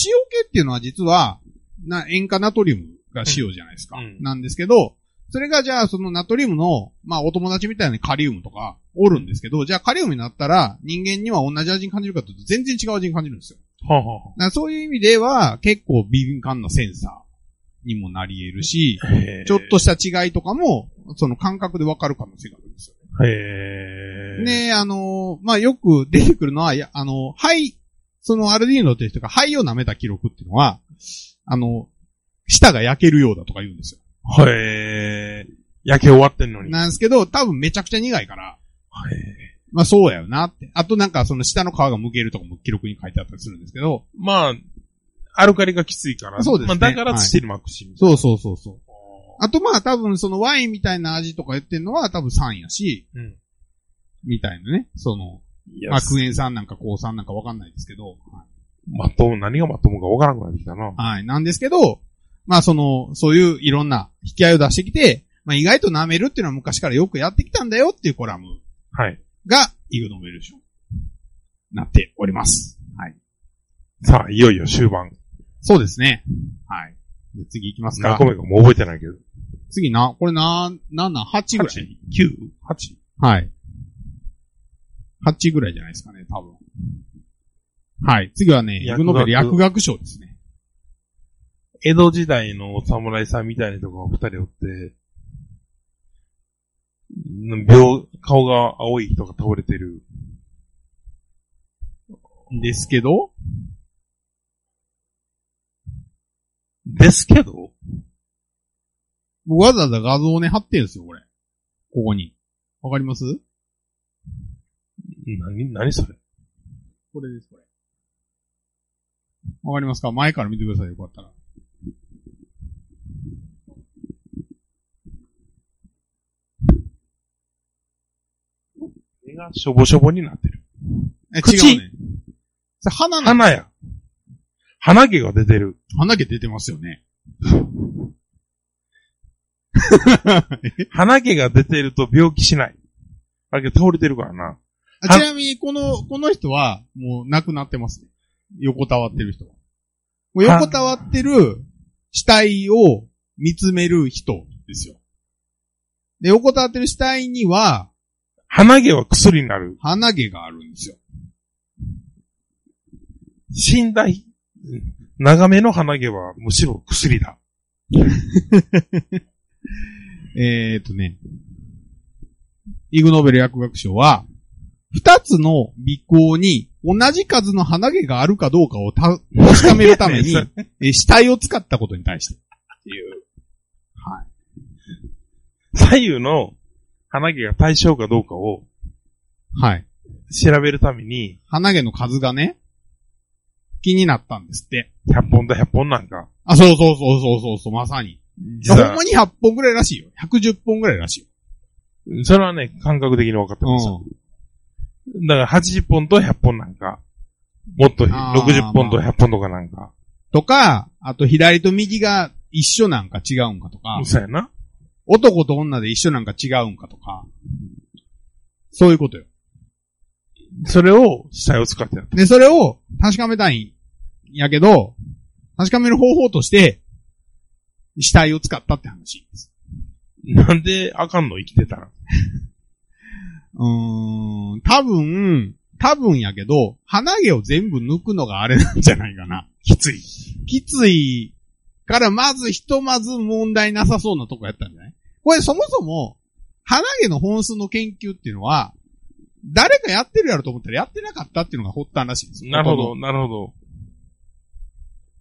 [SPEAKER 3] っていうのは実は、な、塩化ナトリウムが塩じゃないですか。
[SPEAKER 2] うんうん
[SPEAKER 3] なんですけど、それがじゃあそのナトリウムの、まあお友達みたいなカリウムとかおるんですけど、じゃあカリウムになったら人間には同じ味に感じるかというと全然違う味に感じるんですよ。
[SPEAKER 2] はあ、は
[SPEAKER 3] だからそういう意味では結構敏感なセンサーにもなり得るし、
[SPEAKER 2] あ、へえ
[SPEAKER 3] ちょっ。とした違いとかも、その感覚でわかる可能性があるんですよ。
[SPEAKER 2] へえ。
[SPEAKER 3] ねあのーまあ、よく出てくるのは、いやあの、肺、そのアルディーノっていう人が肺を舐めた記録っていうのは、あの、舌が焼けるようだとか言うんですよ。
[SPEAKER 2] へえ。焼け終わってんのに。へ
[SPEAKER 3] なんですけど、多分めちゃくちゃ苦いから、
[SPEAKER 2] え
[SPEAKER 3] まあそうやよなって。あとなんかその舌の皮がむけるとかも記録に書いてあったりするんですけど、
[SPEAKER 2] まあ、アルカリがきついから。
[SPEAKER 3] そうですね
[SPEAKER 2] まあ、だからスチルマクシム。
[SPEAKER 3] そうそうそうそう。あとまあ多分そのワインみたいな味とか言ってるのは多分酸やし、
[SPEAKER 2] うん
[SPEAKER 3] みたいなね。その、
[SPEAKER 2] いや、
[SPEAKER 3] まあクエン酸なんか高酸なんかわかんないですけど、
[SPEAKER 2] まっとう、何がまっとうかわからなくなってきたな。
[SPEAKER 3] はい。なんですけど、まあその、そういういろんな引き合いを出してきて、まあ意外と舐めるっていうのは昔からよくやってきたんだよっていうコラム
[SPEAKER 2] はい。
[SPEAKER 3] が、イグノーベル賞になっております。はい。
[SPEAKER 2] さあ、いよいよ終盤。
[SPEAKER 3] そうですね。はい。で次行きます
[SPEAKER 2] 何
[SPEAKER 3] か
[SPEAKER 2] 個。目かもう覚えてないけど。
[SPEAKER 3] 次な、これな、な、な、8ぐらい。
[SPEAKER 2] 9、8。
[SPEAKER 3] はい。8ぐらいじゃないですかね、多分。はい。次はね、イ
[SPEAKER 2] 薬学
[SPEAKER 3] グノーベル薬学賞ですね。
[SPEAKER 2] 江戸時代のお侍さんみたいなとこが二人おって、ん病、顔が青い人が倒れてる。
[SPEAKER 3] ですけど、
[SPEAKER 2] ですけど
[SPEAKER 3] 僕わざわざ画像をね、貼ってるんですよ、これ。ここに。わかります
[SPEAKER 2] 何、何それ
[SPEAKER 3] これです、これ。わかりますか前から見てください、よかったら。
[SPEAKER 2] 目がしょぼしょぼになってる。
[SPEAKER 3] え、
[SPEAKER 2] 口
[SPEAKER 3] 違うね。それ花な、
[SPEAKER 2] 花や。花毛が出てる。
[SPEAKER 3] 花毛出てますよね。
[SPEAKER 2] 花毛が出てると病気しない。だけど倒れてるからな。
[SPEAKER 3] あ
[SPEAKER 2] は
[SPEAKER 3] ちなみに、この、この人は、もう亡くなってますね。横たわってる人は。もう
[SPEAKER 2] は
[SPEAKER 3] 横たわってる死体を見つめる人ですよ。で、横たわってる死体には、
[SPEAKER 2] 花毛は薬になる。
[SPEAKER 3] 花毛があるんですよ。
[SPEAKER 2] 死んだ日、長めの花毛はむしろ薬だ。
[SPEAKER 3] えー、っとね、イグノーベル薬学賞は、二つの鼻孔に同じ数の鼻毛があるかどうかをた確かめるために
[SPEAKER 2] (laughs) ね、
[SPEAKER 3] え死体を使ったことに対して。っていう。はい。
[SPEAKER 2] 左右の花毛が対象かどうかを
[SPEAKER 3] はい。
[SPEAKER 2] 調べるために、
[SPEAKER 3] 鼻毛の数がね、気になったんですって。
[SPEAKER 2] 100本だ100本なんか。
[SPEAKER 3] あ、そうそうそうそうそうそう、まさに。
[SPEAKER 2] 実
[SPEAKER 3] ほん
[SPEAKER 2] は
[SPEAKER 3] ま、に100本ぐらいらしいよ。110本ぐらいらしいよ。
[SPEAKER 2] それはね、感覚的に分かってますよ。だから80本と100本なんか、もっと
[SPEAKER 3] あー
[SPEAKER 2] 60本と100本とかなんか。
[SPEAKER 3] とか、あと左と右が一緒なんか違うんかとか。
[SPEAKER 2] そうやな。
[SPEAKER 3] 男と女で一緒なんか違うんかとか、そういうことよ。
[SPEAKER 2] それを死体を使ってやった。
[SPEAKER 3] で、それを確かめたいんやけど、確かめる方法として、死体を使ったって話です。
[SPEAKER 2] なんであかんの生きてたら。
[SPEAKER 3] うーん、多分、多分やけど、鼻毛を全部抜くのがあれなんじゃないかな。
[SPEAKER 2] きつい。
[SPEAKER 3] きついから、まずひとまず問題なさそうなとこやったんじゃないこれそもそも、鼻毛の本数の研究っていうのは、誰かやってるやろと思ったらやってなかったっていうのが発端らしいんですよ。
[SPEAKER 2] なるほ
[SPEAKER 3] こ
[SPEAKER 2] ど、なるほど。
[SPEAKER 3] の。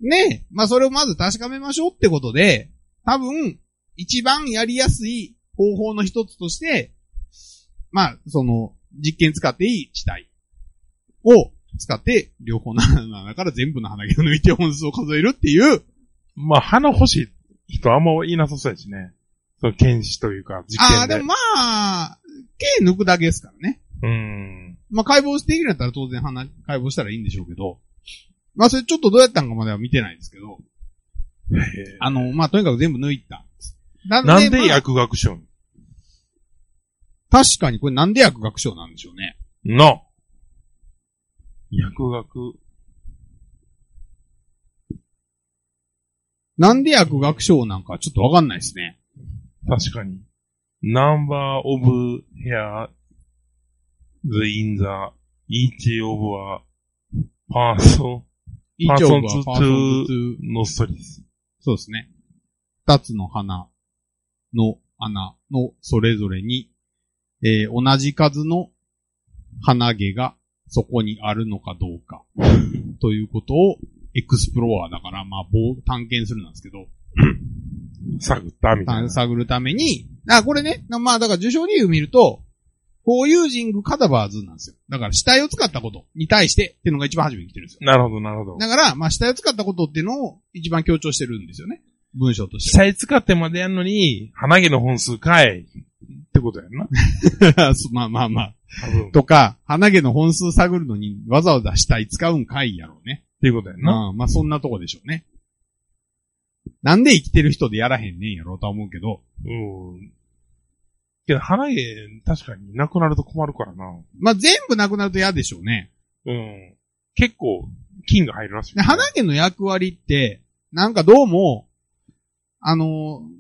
[SPEAKER 3] ねえ。まあそれをまず確かめましょうってことで、多分、一番やりやすい方法の一つとして、まあ、その、実験使っていい地帯を使って、両方の花の穴から全部の花毛を抜いて本数を数えるっていう、
[SPEAKER 2] まあ、花欲しい人あんまいなさそうやしね。その検視というか、実
[SPEAKER 3] あ
[SPEAKER 2] 験
[SPEAKER 3] あ、
[SPEAKER 2] で。
[SPEAKER 3] でもまあ、毛抜くだけですからね。
[SPEAKER 2] うん。
[SPEAKER 3] まあ解剖しているんだったら当然花、解剖したらいいんでしょうけど、まあそれちょっとどうやったんかまでは見てないですけど、
[SPEAKER 2] へ
[SPEAKER 3] あの、まあとにかく全部抜いたんです。な
[SPEAKER 2] えなん
[SPEAKER 3] ま
[SPEAKER 2] で
[SPEAKER 3] あ
[SPEAKER 2] 薬学書に
[SPEAKER 3] 確かにこれなんで薬学賞なんでしょうね。
[SPEAKER 2] の薬学。
[SPEAKER 3] なんで薬学賞なんかちょっとわかんないですね。
[SPEAKER 2] 確かに。ナンバーオブヘアズインザイーチオブはパーソ
[SPEAKER 3] 一
[SPEAKER 2] パーソン
[SPEAKER 3] 応
[SPEAKER 2] ズツ
[SPEAKER 3] は
[SPEAKER 2] ー
[SPEAKER 3] パーソンズツー
[SPEAKER 2] ンのストリス。
[SPEAKER 3] そうですね。二つの花の穴のそれぞれに、えー同じ数の花毛がそこにあるのかどうか、ということをエクスプロワーだから、まあ、棒探検するなんですけど、
[SPEAKER 2] 探ったみたい
[SPEAKER 3] 探
[SPEAKER 2] な。
[SPEAKER 3] 探るために、あ、これね、なまあ、だから受賞理由見ると、フォーユージングカダバーズなんですよ。だから死体を使ったことに対してっていうのが一番初めに来てるんですよ。
[SPEAKER 2] なるほど、なるほど。
[SPEAKER 3] だから、まあ、死体を使ったことっていうのを一番強調してるんですよね。文章としては
[SPEAKER 2] 死体使ってまでやんのに、鼻毛の本数かいってことやんな。
[SPEAKER 3] そう (laughs) まあまあまあ。
[SPEAKER 2] 多
[SPEAKER 3] (laughs)
[SPEAKER 2] 分。っ
[SPEAKER 3] とか、鼻毛の本数探るのにわざわざ死体使うんかいやろうね。
[SPEAKER 2] ていうことやんな。
[SPEAKER 3] まあまあそんなとこでしょうね。なんで生きてる人でやらへんねんやろうとは思うけど。
[SPEAKER 2] うん。けど、鼻毛、確かになくなると困るからな。
[SPEAKER 3] まあ全部なくなると嫌でしょうね。
[SPEAKER 2] うん。結構、菌が入るらしい。
[SPEAKER 3] で鼻毛の役割って、なんかどうも、あのー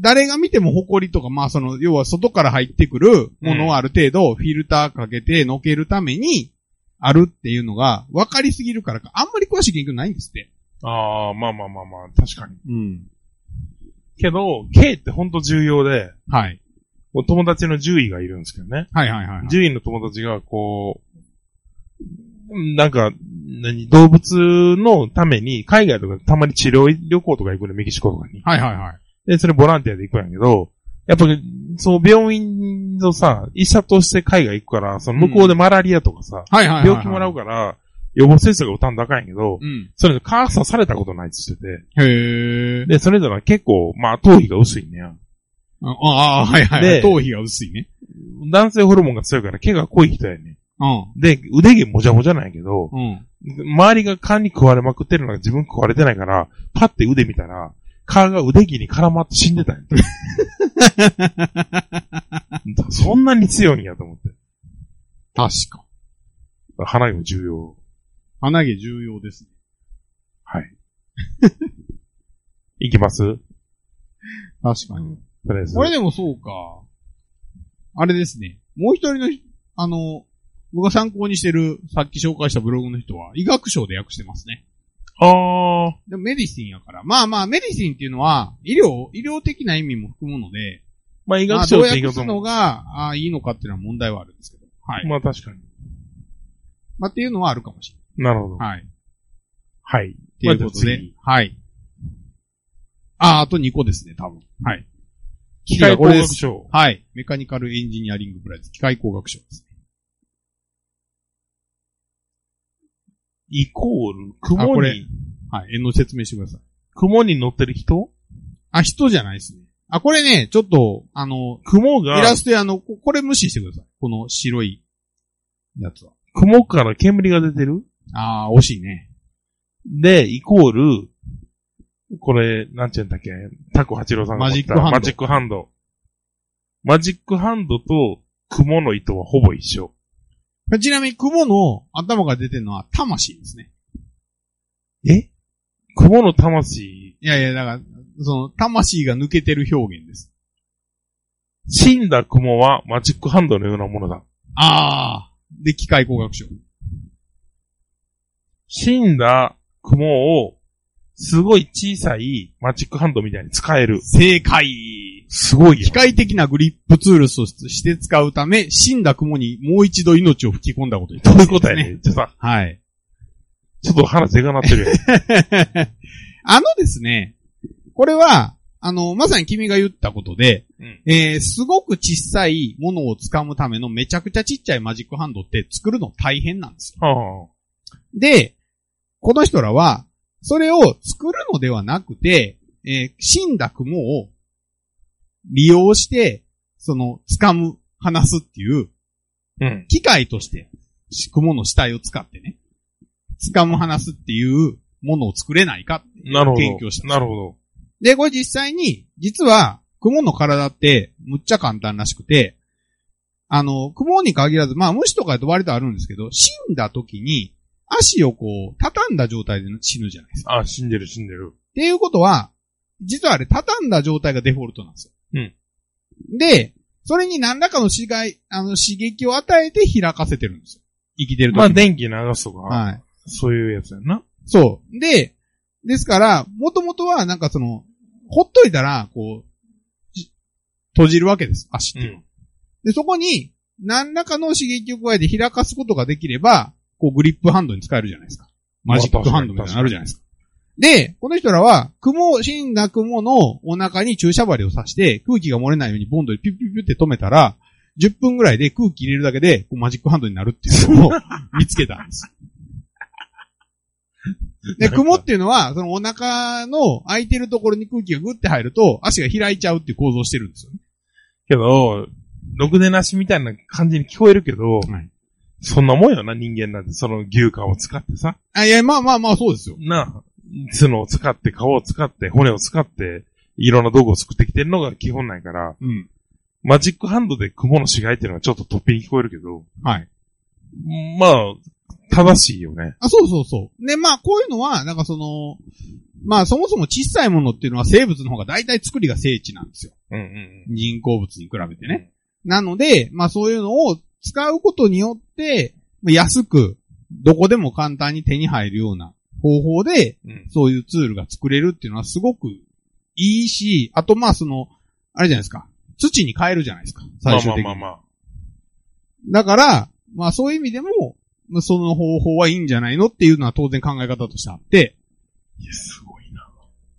[SPEAKER 3] 誰が見ても埃とか、まあその、要は外から入ってくるものをある程度フィルターかけてのけるために、あるっていうのが分かりすぎるからか、あんまり詳しい研究ないんですって。
[SPEAKER 2] ああ、まあまあまあまあ、確かに。
[SPEAKER 3] うん。
[SPEAKER 2] けど、K ってほんと重要で、
[SPEAKER 3] はい。
[SPEAKER 2] お友達の獣医がいるんですけどね。
[SPEAKER 3] はいはいはいはい。
[SPEAKER 2] 獣医の友達が、こう、なんか、何、動物のために、海外とかたまに治療旅行とか行くの、メキシコとかに。
[SPEAKER 3] はいはいはい。
[SPEAKER 2] で、それボランティアで行くんやけど、やっぱ、そう、病院のさ、医者として海外行くから、その向こうでマラリアとかさ、
[SPEAKER 3] はいはいはいはい。
[SPEAKER 2] 病気もらうから、予防接種が歌んだかんやけど、
[SPEAKER 3] うん。
[SPEAKER 2] それで母さんされたことないっつってて、
[SPEAKER 3] へえ。
[SPEAKER 2] で、それぞれ結構、まあ、頭皮が薄いねや。
[SPEAKER 3] ああ、はいはいはい。
[SPEAKER 2] で
[SPEAKER 3] 頭皮が薄いね。
[SPEAKER 2] 男性ホルモンが強いから毛が濃い人やね。
[SPEAKER 3] うん。
[SPEAKER 2] で、腕毛もじゃもじゃなんやけど、
[SPEAKER 3] うん。
[SPEAKER 2] 周りが蚊に食われまくってるのが自分食われてないから、パって腕見たら、蚊が腕毛に絡まって死んでたんや
[SPEAKER 3] (laughs)
[SPEAKER 2] て。そんなに強いんやと思って。
[SPEAKER 3] 確か。
[SPEAKER 2] 鼻毛も重要。
[SPEAKER 3] 鼻毛重要ですね。
[SPEAKER 2] はい。いきます
[SPEAKER 3] 確かに。
[SPEAKER 2] とりあえず。
[SPEAKER 3] これでもそうか。あれですね。もう一人のひ、あの、僕が参考にしてる、さっき紹介したブログの人は、医学賞で訳してますね。
[SPEAKER 2] あー。
[SPEAKER 3] でもメディシンやから。まあまあ、メディシンっていうのは、医療、医療的な意味も含むので、
[SPEAKER 2] まあ、医
[SPEAKER 3] まあ
[SPEAKER 2] 学
[SPEAKER 3] ど
[SPEAKER 2] 賞
[SPEAKER 3] う
[SPEAKER 2] っていい
[SPEAKER 3] 訳
[SPEAKER 2] こ
[SPEAKER 3] す
[SPEAKER 2] と
[SPEAKER 3] の
[SPEAKER 2] も。
[SPEAKER 3] が、あいいのかっていうのは問題はあるんですけど。はい。
[SPEAKER 2] まあ、確かに。
[SPEAKER 3] まあっていうのはあるかもしれ
[SPEAKER 2] なるほど。
[SPEAKER 3] ない。はい。
[SPEAKER 2] はい。
[SPEAKER 3] っていうこと
[SPEAKER 2] まあ
[SPEAKER 3] で。
[SPEAKER 2] 次
[SPEAKER 3] はい。あ、あと2個ですね、多分。はい。
[SPEAKER 2] 機械工
[SPEAKER 3] これで
[SPEAKER 2] 学
[SPEAKER 3] す
[SPEAKER 2] 賞。
[SPEAKER 3] はい。メカニカルエンジニアリングプライズ、機械工学賞ですね。
[SPEAKER 2] イコール、
[SPEAKER 3] あこ
[SPEAKER 2] 雲
[SPEAKER 3] れ
[SPEAKER 2] に、
[SPEAKER 3] はい。絵の説明してください。
[SPEAKER 2] 雲に乗ってる人
[SPEAKER 3] あ、人じゃないですね。あ、これね、ちょっと、あの、
[SPEAKER 2] 雲
[SPEAKER 3] イラ
[SPEAKER 2] が、
[SPEAKER 3] ストやの、ここれ無視してください。この白いやつは。
[SPEAKER 2] 雲から煙が出てる
[SPEAKER 3] あー、惜しいね。
[SPEAKER 2] で、イコール、これ、なんちゅうんだっけタコ八郎さんが持った
[SPEAKER 3] マ
[SPEAKER 2] マ
[SPEAKER 3] ジ
[SPEAKER 2] ジ
[SPEAKER 3] ッ
[SPEAKER 2] ックハンド。マジックハンドと雲の糸はほぼ一緒。
[SPEAKER 3] ちなみに、雲の頭が出てるのは魂ですね。
[SPEAKER 2] え雲の魂、
[SPEAKER 3] いやいや、だから、その、魂が抜けてる表現です。
[SPEAKER 2] 死んだ雲はマジックハンドのようなものだ。
[SPEAKER 3] あー。で、機械工学賞。
[SPEAKER 2] 死んだ雲を、すごい小さいマジックハンドみたいに使える。
[SPEAKER 3] 正解
[SPEAKER 2] すごいよ
[SPEAKER 3] 機。械的なグリップツールとして使うため、死んだ雲にもう一度命を吹き込んだことに
[SPEAKER 2] どういうことやねん。ちょっとさ、
[SPEAKER 3] はい。
[SPEAKER 2] ちょっと腹でかなってるやん。
[SPEAKER 3] (laughs) あのですね、これは、あの、まさに君が言ったことで、
[SPEAKER 2] うん
[SPEAKER 3] えー、すごく小さいものを掴むためのめちゃくちゃちっちゃいマジックハンドって作るの大変なんですよ。
[SPEAKER 2] は
[SPEAKER 3] で、この人らは、それを作るのではなくて、えー死んだ雲を利用して、その、掴む、離すっていう、
[SPEAKER 2] あ。うん。
[SPEAKER 3] 機械として、し雲の死体を使ってね、掴む、離すっていうものを作れないか。
[SPEAKER 2] なるほど。
[SPEAKER 3] 研究した
[SPEAKER 2] なるほど。
[SPEAKER 3] で、これ実際に、実は、雲の体って、むっちゃ簡単らしくて、あの、雲に限らず、まあ、虫とかやと割とあるんですけど、死んだ時に、足をこう、畳んだ状態で死ぬじゃないですか。
[SPEAKER 2] あ、死んでる死んでる。
[SPEAKER 3] っていうことは、実はあれ、畳んだ状態がデフォルトなんですよ。うん。で、それに何らかの刺激、あの、刺激を与えて開かせてるんですよ。生きてる時に。
[SPEAKER 2] まあ、電気流すとか、
[SPEAKER 3] はい。
[SPEAKER 2] そういうやつやんな。
[SPEAKER 3] そう。で、ですから、もともとは、なんかその、ほっといたら、こう、じ閉じるわけです、足っていうのは。で、そこに、何らかの刺激を加えて開かすことができれば、こうグリップハンドに使えるじゃないですか。マジックハンドみたいなのあるじゃないですか。で、この人らは、雲、死んだ雲のお腹に注射針を刺して、空気が漏れないようにボンドでピュッピュッピュッって止めたら、10分ぐらいで空気入れるだけで、こうマジックハンドになるっていうのを見つけたんです。で、雲っていうのは、そのお腹の空いてるところに空気がグッて入ると、足が開いちゃうっていう構造してるんですよね。
[SPEAKER 2] けど、ろくでなしみたいな感じに聞こえるけど、
[SPEAKER 3] はい
[SPEAKER 2] そんなもんよな、人間なんて。その牛皮を使ってさ。
[SPEAKER 3] あ、いや、まあまあまあ、そうですよ。
[SPEAKER 2] なあ、角を使って、皮を使って、骨を使って、いろんな道具を作ってきてるのが基本なんやから、
[SPEAKER 3] うん。
[SPEAKER 2] マジックハンドで雲の死骸っていうのはちょっと突飛に聞こえるけど、
[SPEAKER 3] はい。
[SPEAKER 2] まあ、正しいよね。
[SPEAKER 3] あ、そうそうそう。で、まあ、こういうのは、なんかその、まあ、そもそも小さいものっていうのは生物の方が大体作りが精緻なんですよ。
[SPEAKER 2] うんうん
[SPEAKER 3] 人工物に比べてね。なので、まあ、そういうのを使うことによって、まあ安く、どこでも簡単に手に入るような方法で、
[SPEAKER 2] うん。うん。
[SPEAKER 3] そういうツールが作れるっていうのはすごくいいし、あと、まあ、その、あれじゃないですか。土に変えるじゃないですか。
[SPEAKER 2] ま
[SPEAKER 3] 最
[SPEAKER 2] あ
[SPEAKER 3] 終
[SPEAKER 2] まあ
[SPEAKER 3] 的に。
[SPEAKER 2] まあまあ。
[SPEAKER 3] だから、まあそういう意味でも、まあその方法はいいんじゃないのっていうのは当然考え方としてあって、
[SPEAKER 2] いや、すごいな。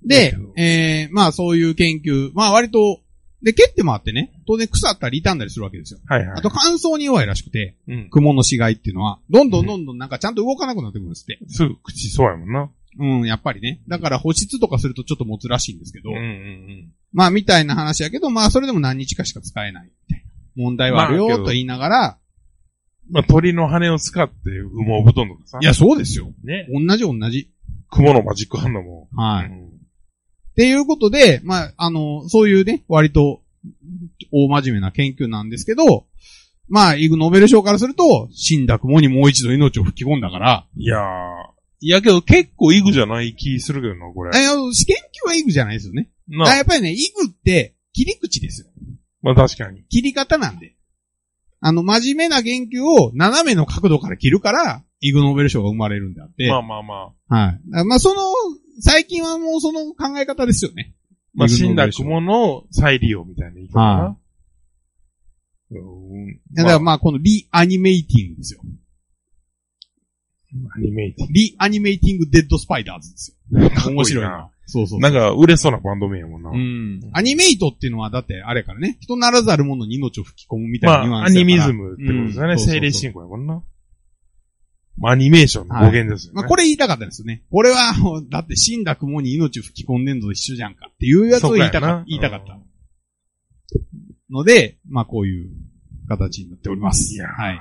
[SPEAKER 3] で
[SPEAKER 2] なるほ、ど
[SPEAKER 3] えー、まあそういう研究、まあ割と、で、蹴ってもあってね、当然腐ったり傷んだりするわけですよ。
[SPEAKER 2] はいはい。
[SPEAKER 3] あと乾燥に弱いらしくて、
[SPEAKER 2] うん。
[SPEAKER 3] 雲の死骸っていうのは、どんどんどんどんなんかちゃんと動かなくなってくるんですって。
[SPEAKER 2] すぐ口そうやもんな。
[SPEAKER 3] うん、やっぱりね。だから保湿とかするとちょっと持つらしいんですけど、
[SPEAKER 2] うんうん
[SPEAKER 3] まあみたいな話やけど、まあそれでも何日かしか使えないみたいな問題はあるよ
[SPEAKER 2] まあけど
[SPEAKER 3] と言いながら、
[SPEAKER 2] うん。まあ、鳥の羽を使って羽毛布団とかさ。
[SPEAKER 3] いや、そうですよ。
[SPEAKER 2] ね。
[SPEAKER 3] 同じ同じ。
[SPEAKER 2] 雲のマジックハンドも。
[SPEAKER 3] はい。
[SPEAKER 2] うん
[SPEAKER 3] っていうことで、まあ、あの、そういうね、割と、大真面目な研究なんですけど、まあ、イグノーベル賞からすると、死んだ雲にもう一度命を吹き込んだから、
[SPEAKER 2] いやー。いやけど結構イグじゃない気するけどな、これ。
[SPEAKER 3] えあの試験級はイグじゃないですよね。だ
[SPEAKER 2] な
[SPEAKER 3] からやっぱりね、イグって切り口ですよ。
[SPEAKER 2] まあ確かに。
[SPEAKER 3] 切り方なんで。あの、真面目な研究を斜めの角度から切るから、イグノーベル賞が生まれるんであって。
[SPEAKER 2] まあまあまあ。
[SPEAKER 3] はい。だからまあ、その、最近はもうその考え方ですよね。
[SPEAKER 2] まあ
[SPEAKER 3] イグ
[SPEAKER 2] 死
[SPEAKER 3] ノー
[SPEAKER 2] ん
[SPEAKER 3] ベ
[SPEAKER 2] だ
[SPEAKER 3] ル賞
[SPEAKER 2] 雲の再利用みたいな言い方か
[SPEAKER 3] は
[SPEAKER 2] な。うん。
[SPEAKER 3] いやだからまあ、このリアニメイティングですよ。
[SPEAKER 2] アニメイティン
[SPEAKER 3] リアニメイティングデッドスパイダーズですよ。
[SPEAKER 2] グ。かっこ
[SPEAKER 3] 面白い
[SPEAKER 2] な
[SPEAKER 3] な。。そうそう。
[SPEAKER 2] なんか、売れそうなバンド名やもんな。
[SPEAKER 3] うん。アニメイトっていうのは、だって、あれからね、人ならざる者に命を吹き込むみたいなニュ
[SPEAKER 2] ま
[SPEAKER 3] ア
[SPEAKER 2] あ、
[SPEAKER 3] ン
[SPEAKER 2] ア
[SPEAKER 3] スだ
[SPEAKER 2] ニ
[SPEAKER 3] から
[SPEAKER 2] ミズムってことですよね。
[SPEAKER 3] うんそうそうそう
[SPEAKER 2] 精霊信仰やもんな。まあアニメーションの語源ですよね。
[SPEAKER 3] まあ、これ言いたかったですよね。これは、もうだって死んだ雲に命を吹き込んでんのと一緒じゃんかっていうやつを言い
[SPEAKER 2] そうや
[SPEAKER 3] たか
[SPEAKER 2] な
[SPEAKER 3] 言いたかった。ので、まあ、こういう形になっております。
[SPEAKER 2] いやー
[SPEAKER 3] はい。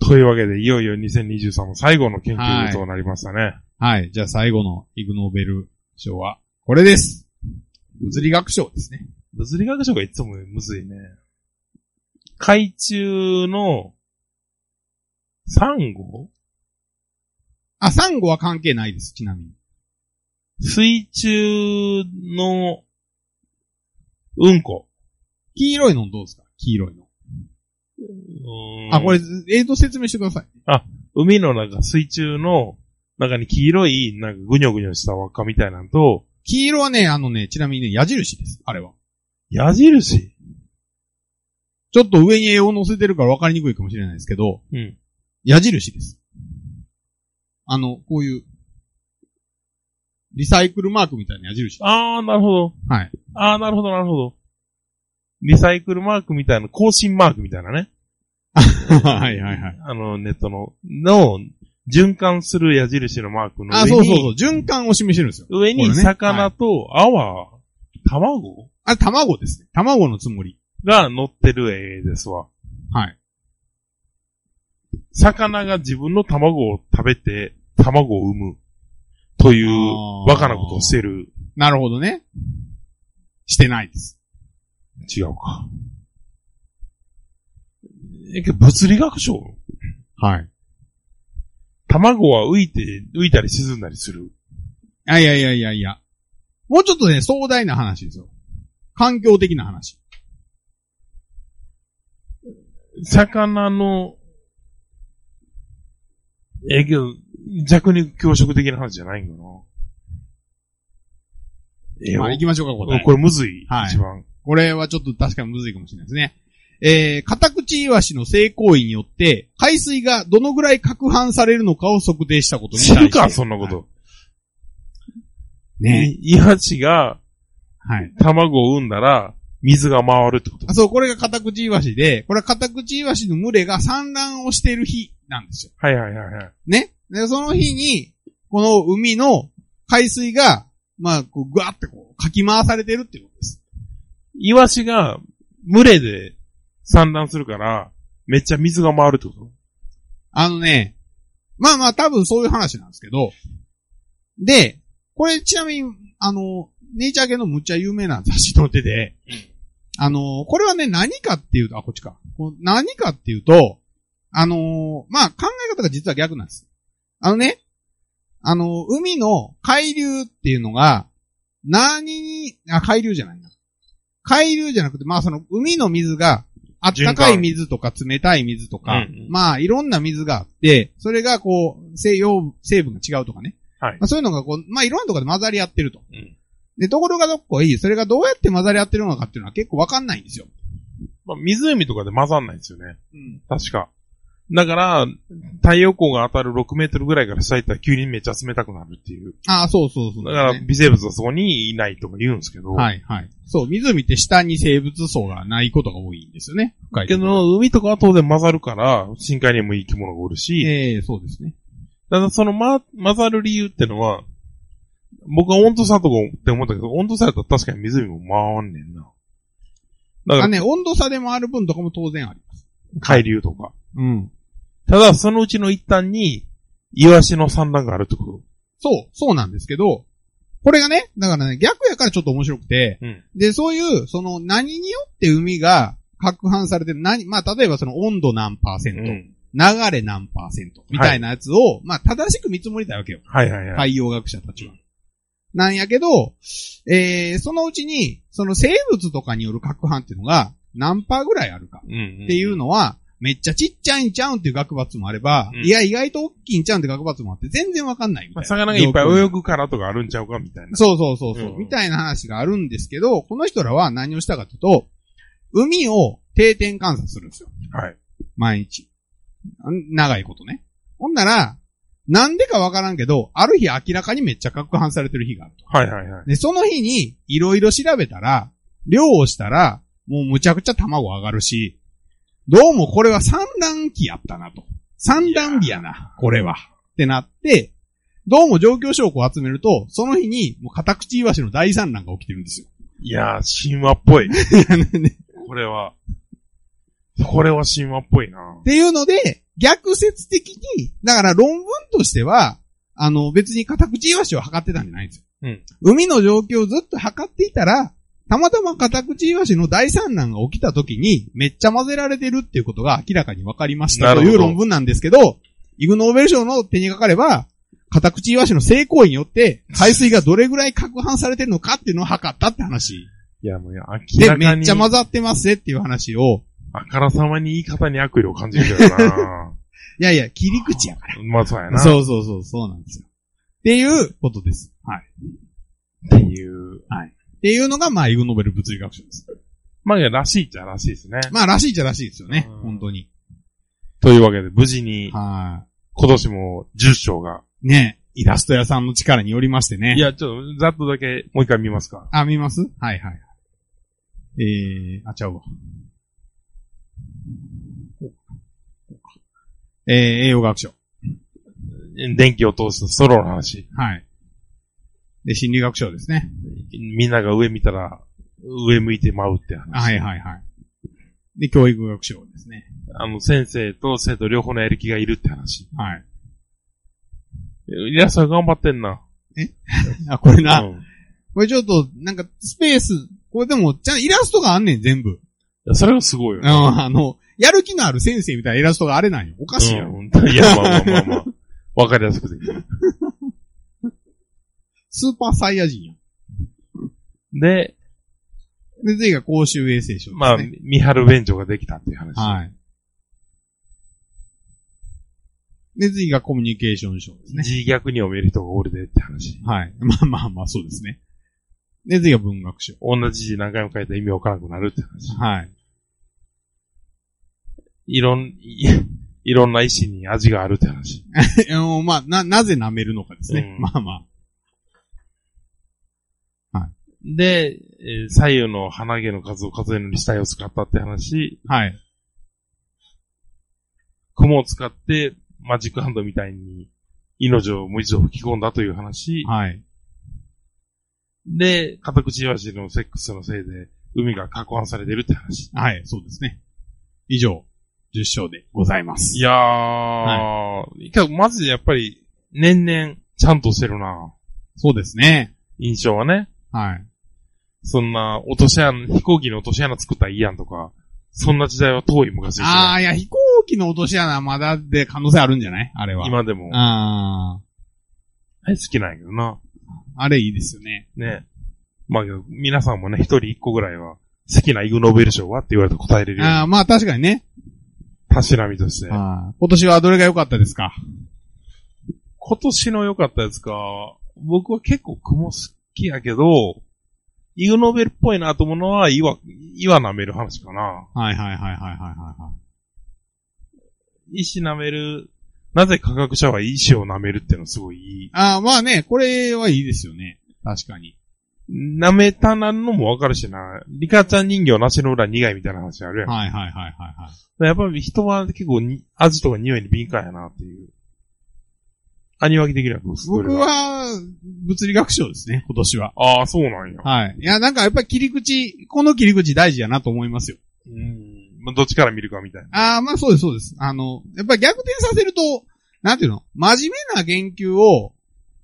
[SPEAKER 2] というわけで、いよいよ2023の最後の研究となりましたね。
[SPEAKER 3] はい。じゃあ最後のイグノーベル賞は、これです。物理学賞ですね。
[SPEAKER 2] 物理学賞がいつもむずいね。海中の、サンゴ
[SPEAKER 3] あ、サンゴは関係ないです、ちなみに。
[SPEAKER 2] 水中の、うんこ。
[SPEAKER 3] 黄色いのどうですか黄色いの。
[SPEAKER 2] うーん
[SPEAKER 3] あ、これ、映像説明してください。
[SPEAKER 2] 海の中、水中の中に黄色い、なんかぐにょぐにょした輪っかみたいなのと、
[SPEAKER 3] 黄色はね、あのね、ちなみにね、矢印です。あれは。
[SPEAKER 2] 矢印
[SPEAKER 3] ちょっと上に絵を載せてるから分かりにくいかもしれないですけど、
[SPEAKER 2] うん。
[SPEAKER 3] 矢印です。あの、こういう、リサイクルマークみたいな矢印。
[SPEAKER 2] あー、なるほど。
[SPEAKER 3] はい。
[SPEAKER 2] あー、なるほど、なるほど。リサイクルマークみたいな、更新マークみたいなね。
[SPEAKER 3] (laughs) はいはいはい。
[SPEAKER 2] あの、ネットの、の、循環する矢印のマークの上に、
[SPEAKER 3] あ、そうそうそう。循環を示してるんですよ。
[SPEAKER 2] 上
[SPEAKER 3] こ
[SPEAKER 2] に
[SPEAKER 3] れねは
[SPEAKER 2] 魚
[SPEAKER 3] い
[SPEAKER 2] と泡、卵
[SPEAKER 3] あ、卵ですね。卵のつもり。
[SPEAKER 2] が乗ってる絵ですわ。
[SPEAKER 3] はい。
[SPEAKER 2] 魚が自分の卵を食べて、卵を産む。とい
[SPEAKER 3] あ
[SPEAKER 2] う、
[SPEAKER 3] ー
[SPEAKER 2] バカなことをしてる。
[SPEAKER 3] なるほどね。してないです。
[SPEAKER 2] 違うか。え、けど物理学賞
[SPEAKER 3] はい。
[SPEAKER 2] 卵は浮いて、浮いたり沈んだりする。
[SPEAKER 3] あいやいやいやいや。もうちょっとね、壮大な話ですよ。環境的な話。
[SPEAKER 2] 魚の、え、けど、弱肉強食的な話じゃないんかな。え
[SPEAKER 3] まあ、行きましょうか、
[SPEAKER 2] お
[SPEAKER 3] 答え。
[SPEAKER 2] これむずい。
[SPEAKER 3] はい
[SPEAKER 2] 一番。
[SPEAKER 3] これはちょっと確かにむずいかもしれないですね。えー、カタクチイワシの性行為によって、海水がどのぐらい攪拌されるのかを測定したことに対し
[SPEAKER 2] 知
[SPEAKER 3] て
[SPEAKER 2] るか、そんなこ。と。
[SPEAKER 3] ね。
[SPEAKER 2] いイワシが
[SPEAKER 3] はい。
[SPEAKER 2] 卵を産んだら、水が回るってこと
[SPEAKER 3] あ。そう、これがカタクチイワシで、これはカタクチイワシの群れが産卵をしている日なんですよ。
[SPEAKER 2] はいはいはいはい。
[SPEAKER 3] ね。で、その日に、この海の海水が、まあ、こう、ぐわってこう、かき回されてるっていうことです。
[SPEAKER 2] イワシが群れで産卵するから、めっちゃ水が回るってこと
[SPEAKER 3] あのね、まあまあ多分そういう話なんですけど、で、これちなみに、あの、ネイチャー系のむっちゃ有名な雑誌撮ってて、あの、これはね、何かっていうと、あ、こっちか。こう何かっていうと、あの、まあ考え方が実は逆なんです。あのね、あの、海の海流っていうのが、何に、あ、海流じゃないな。海流じゃなくて、まあその海の水が、あったかい水とか冷たい水とか、
[SPEAKER 2] うんうん
[SPEAKER 3] まあいろんな水があって、それがこう、西洋成分が違うとかね。
[SPEAKER 2] はい
[SPEAKER 3] まあ、そういうのがこう、まあいろんなとこで混ざり合ってると。
[SPEAKER 2] うん
[SPEAKER 3] で、ところがどっこいい、それがどうやって混ざり合ってるのかっていうのは結構わかんないんですよ。
[SPEAKER 2] まあ、湖とかで混ざんないんですよね。確か。だから、太陽光が当たる6メートルぐらいから下行ったら急にめっちゃ冷たくなるっていう。
[SPEAKER 3] ああ、そうそうそう、
[SPEAKER 2] だから微生物はそこにいないとか言うんですけど。
[SPEAKER 3] はい、はい。そう、湖って下に生物層がないことが多いんですよね。深い
[SPEAKER 2] け
[SPEAKER 3] ところ。
[SPEAKER 2] ど、海とかは当然混ざるから、深海にもいい生き物がおるし、
[SPEAKER 3] ええそうですね。
[SPEAKER 2] ただそのま、混ざる理由ってのは、僕は温度差とかって思ったけど、温度差やったら確かに湖も回んねんな。だか
[SPEAKER 3] あ
[SPEAKER 2] ら、
[SPEAKER 3] ね、温度差でもある分とかも当然あります。
[SPEAKER 2] 海流とか。
[SPEAKER 3] うん。
[SPEAKER 2] ただ、そのうちの一端に、イワシの産卵があるってこと。
[SPEAKER 3] そう、そうなんですけど、これがね、だからね、逆やからちょっと面白くて、
[SPEAKER 2] うん。
[SPEAKER 3] で、そういう、その、何によって海が攪拌されてる、何、まあ、例えばその温度何パーセント、
[SPEAKER 2] うん。
[SPEAKER 3] 流れ何パーセント、みたいなやつを、まあ、正しく見積もりたいわけよ。
[SPEAKER 2] はいはいはい。
[SPEAKER 3] 海洋学者たちは。なんやけど、えー、そのうちに、その生物とかによる攪拌っていうのが、何パーぐらいあるか
[SPEAKER 2] うんうん、
[SPEAKER 3] っていうのは、めっちゃちっちゃいんちゃうんっていう学罰もあれば、
[SPEAKER 2] うん
[SPEAKER 3] いや、意外と大きいんちゃうんって学罰もあって、全然わかんないみた
[SPEAKER 2] ま
[SPEAKER 3] い
[SPEAKER 2] あ。
[SPEAKER 3] な。
[SPEAKER 2] 魚がいっぱい泳
[SPEAKER 3] ぐ。
[SPEAKER 2] ぐからとかあるんちゃうかみたいな。
[SPEAKER 3] そうそうそうそう、
[SPEAKER 2] うん
[SPEAKER 3] みたいな話があるんですけど、この人らは何をしたかというと、海を定点観察するんですよ。
[SPEAKER 2] はい。
[SPEAKER 3] 毎日。ん長いことね。ほんなら、なんでかわからんけど、ある日明らかにめっちゃ攪拌されてる日があると。
[SPEAKER 2] はいはいはい。
[SPEAKER 3] で、その日に、いろいろ調べたら、漁をしたら、もうむちゃくちゃ卵上がるし、どうもこれは産卵期やったなと。産卵日やな、これは。ってなって、どうも状況証拠を集めると、その日に、もうカタクチイワシの大産卵が起きてるんですよ。
[SPEAKER 2] いやー、神話っ (laughs) ぽい。
[SPEAKER 3] っ
[SPEAKER 2] これは。これは神話っぽいな。
[SPEAKER 3] ていうので、逆説的に、だから論文としては、あの別にカタクチイワシを測ってたんじゃないんですよ。
[SPEAKER 2] うん
[SPEAKER 3] 海の状況をずっと測っていたら、たまたまカタクチイワシの大産卵が起きた時に、めっちゃ混ぜられてるっていうことが明らかに分かりました
[SPEAKER 2] なる
[SPEAKER 3] と
[SPEAKER 2] ほど
[SPEAKER 3] いう論文なんですけど、イグノーベル賞の手にかかれば、カタクチイワシの性行為によって、海水がどれぐらい攪拌されてるのかっていうのを測ったって話。
[SPEAKER 2] いや、もういや明
[SPEAKER 3] で、
[SPEAKER 2] ら
[SPEAKER 3] め
[SPEAKER 2] か
[SPEAKER 3] っ
[SPEAKER 2] に
[SPEAKER 3] ちゃ、混ざってますねっていう話を、
[SPEAKER 2] あからさまに言い方に悪意を感じるけどな。
[SPEAKER 3] いやいや、切り口やか
[SPEAKER 2] (laughs)
[SPEAKER 3] ら。
[SPEAKER 2] まあそうやな。
[SPEAKER 3] そうそうそう、そうなんですよ。っていうことです。はい。
[SPEAKER 2] っていう。
[SPEAKER 3] っていうのが、まあ、イグノーベル物理学賞です。
[SPEAKER 2] まあ、いやらしいっちゃらしいですね。
[SPEAKER 3] まあ、らしいじゃらしいですよね
[SPEAKER 2] うん。
[SPEAKER 3] 本当に。
[SPEAKER 2] というわけで、無事に、
[SPEAKER 3] は
[SPEAKER 2] 今年も10章が
[SPEAKER 3] い。ねイラスト屋さんの力によりましてね。
[SPEAKER 2] いや、ちょっと、ざっとだけ、もう一回見ますか。
[SPEAKER 3] あ、見ますはいはい。えー、あ、ちゃうわ。えー、栄養学賞。
[SPEAKER 2] 電気を通すソロの話。
[SPEAKER 3] はい。で、心理学賞ですね。
[SPEAKER 2] みんなが上見たら、上向いて舞うって話。
[SPEAKER 3] はいはいはい。で、教育学賞ですね。
[SPEAKER 2] あの、先生と生徒両方のやる気がいるって話。
[SPEAKER 3] はい。
[SPEAKER 2] いや、それ頑張ってんな。
[SPEAKER 3] あ、これな。
[SPEAKER 2] うん
[SPEAKER 3] これちょっと、なんか、スペース、これでも、ちゃん、イラストがあんねん、全部。
[SPEAKER 2] いやそれがすごいよ
[SPEAKER 3] う
[SPEAKER 2] ね
[SPEAKER 3] ん、。あの、やる気のある先生みたいなイラストがあれなんよ。おかしいやろ。
[SPEAKER 2] うんいや、まあまあまあまあ。わかりやすくて。
[SPEAKER 3] スーパーサイヤ人や
[SPEAKER 2] で、
[SPEAKER 3] ん。で、次が公衆衛生省ですね。
[SPEAKER 2] まあ、三春便所ができたっていう話。
[SPEAKER 3] はい。で、次がコミュニケーション賞ですね。
[SPEAKER 2] 自虐に読める人がおるでって話。
[SPEAKER 3] はい。 (laughs) まあまあまあ、そうですね。で、次が文学賞。
[SPEAKER 2] 同じ字何回も書いたら意味わからなくなるって話。
[SPEAKER 3] はい。 (laughs)
[SPEAKER 2] いろん、いいろんな意思に味があるって話。
[SPEAKER 3] あのまあ、な、なぜ舐めるのかですね。
[SPEAKER 2] うん
[SPEAKER 3] まあま
[SPEAKER 2] で、えー左右の鼻毛の数を数えるのに死体を使ったって話。
[SPEAKER 3] あ。はい。
[SPEAKER 2] 雲を使ってマジックハンドみたいに命を無一度吹き込んだという話。
[SPEAKER 3] はい。
[SPEAKER 2] で、カタクチイワシのセックスのせいで海が攪拌されてるって話。
[SPEAKER 3] はい、そうですね。以上、10章でございます。
[SPEAKER 2] いやー、けどマジでやっぱり年々ちゃんとしてるな。
[SPEAKER 3] そうですね。
[SPEAKER 2] 印象はね。
[SPEAKER 3] はい。
[SPEAKER 2] そんな、落とし穴、飛行機の落とし穴作ったらいいやんとか、そんな時代は遠い昔ですよ。
[SPEAKER 3] ああ、いや、飛行機の落とし穴まだで可能性あるんじゃないあれは。
[SPEAKER 2] 今でも。
[SPEAKER 3] あ
[SPEAKER 2] はい、好きなんやけどな。
[SPEAKER 3] あ、あれいいですよね。
[SPEAKER 2] ね。まあ、皆さんもね、一人一個ぐらいは、好きなイグノーベル賞はって言われたら答えれるよう
[SPEAKER 3] ああ、まあ確かにね。
[SPEAKER 2] に、たしなみとして。
[SPEAKER 3] あー今年はどれが良かったですか
[SPEAKER 2] 今年の良かったやつか、僕は結構雲好きやけど、イグノーベルっぽいなと思うのは、岩、岩舐める話かな。
[SPEAKER 3] はいはいはいはいはいはいはい。
[SPEAKER 2] 石舐める、なぜ科学者は石を舐めるっていうのすごいいい。
[SPEAKER 3] ああ、まあね、これはいいですよね。確かに。
[SPEAKER 2] 舐めたなんのもわかるしな。リカちゃん人形なしの裏苦いみたいな話あるやん。
[SPEAKER 3] はいはいはいはいはい。
[SPEAKER 2] やっぱり人は結構に味とか匂いに敏感やなっていう。アニワキ的な
[SPEAKER 3] 僕。は、物理学賞ですね、今年は。
[SPEAKER 2] ああ、そうなんや。
[SPEAKER 3] はい。いや、なんかやっぱり切り口、この切り口大事やなと思いますよ。
[SPEAKER 2] うん。まあ、どっちから見るかみたいな。
[SPEAKER 3] ああ、まあそうです、そうです。あの、やっぱり逆転させると、なんていうの真面目な言及を、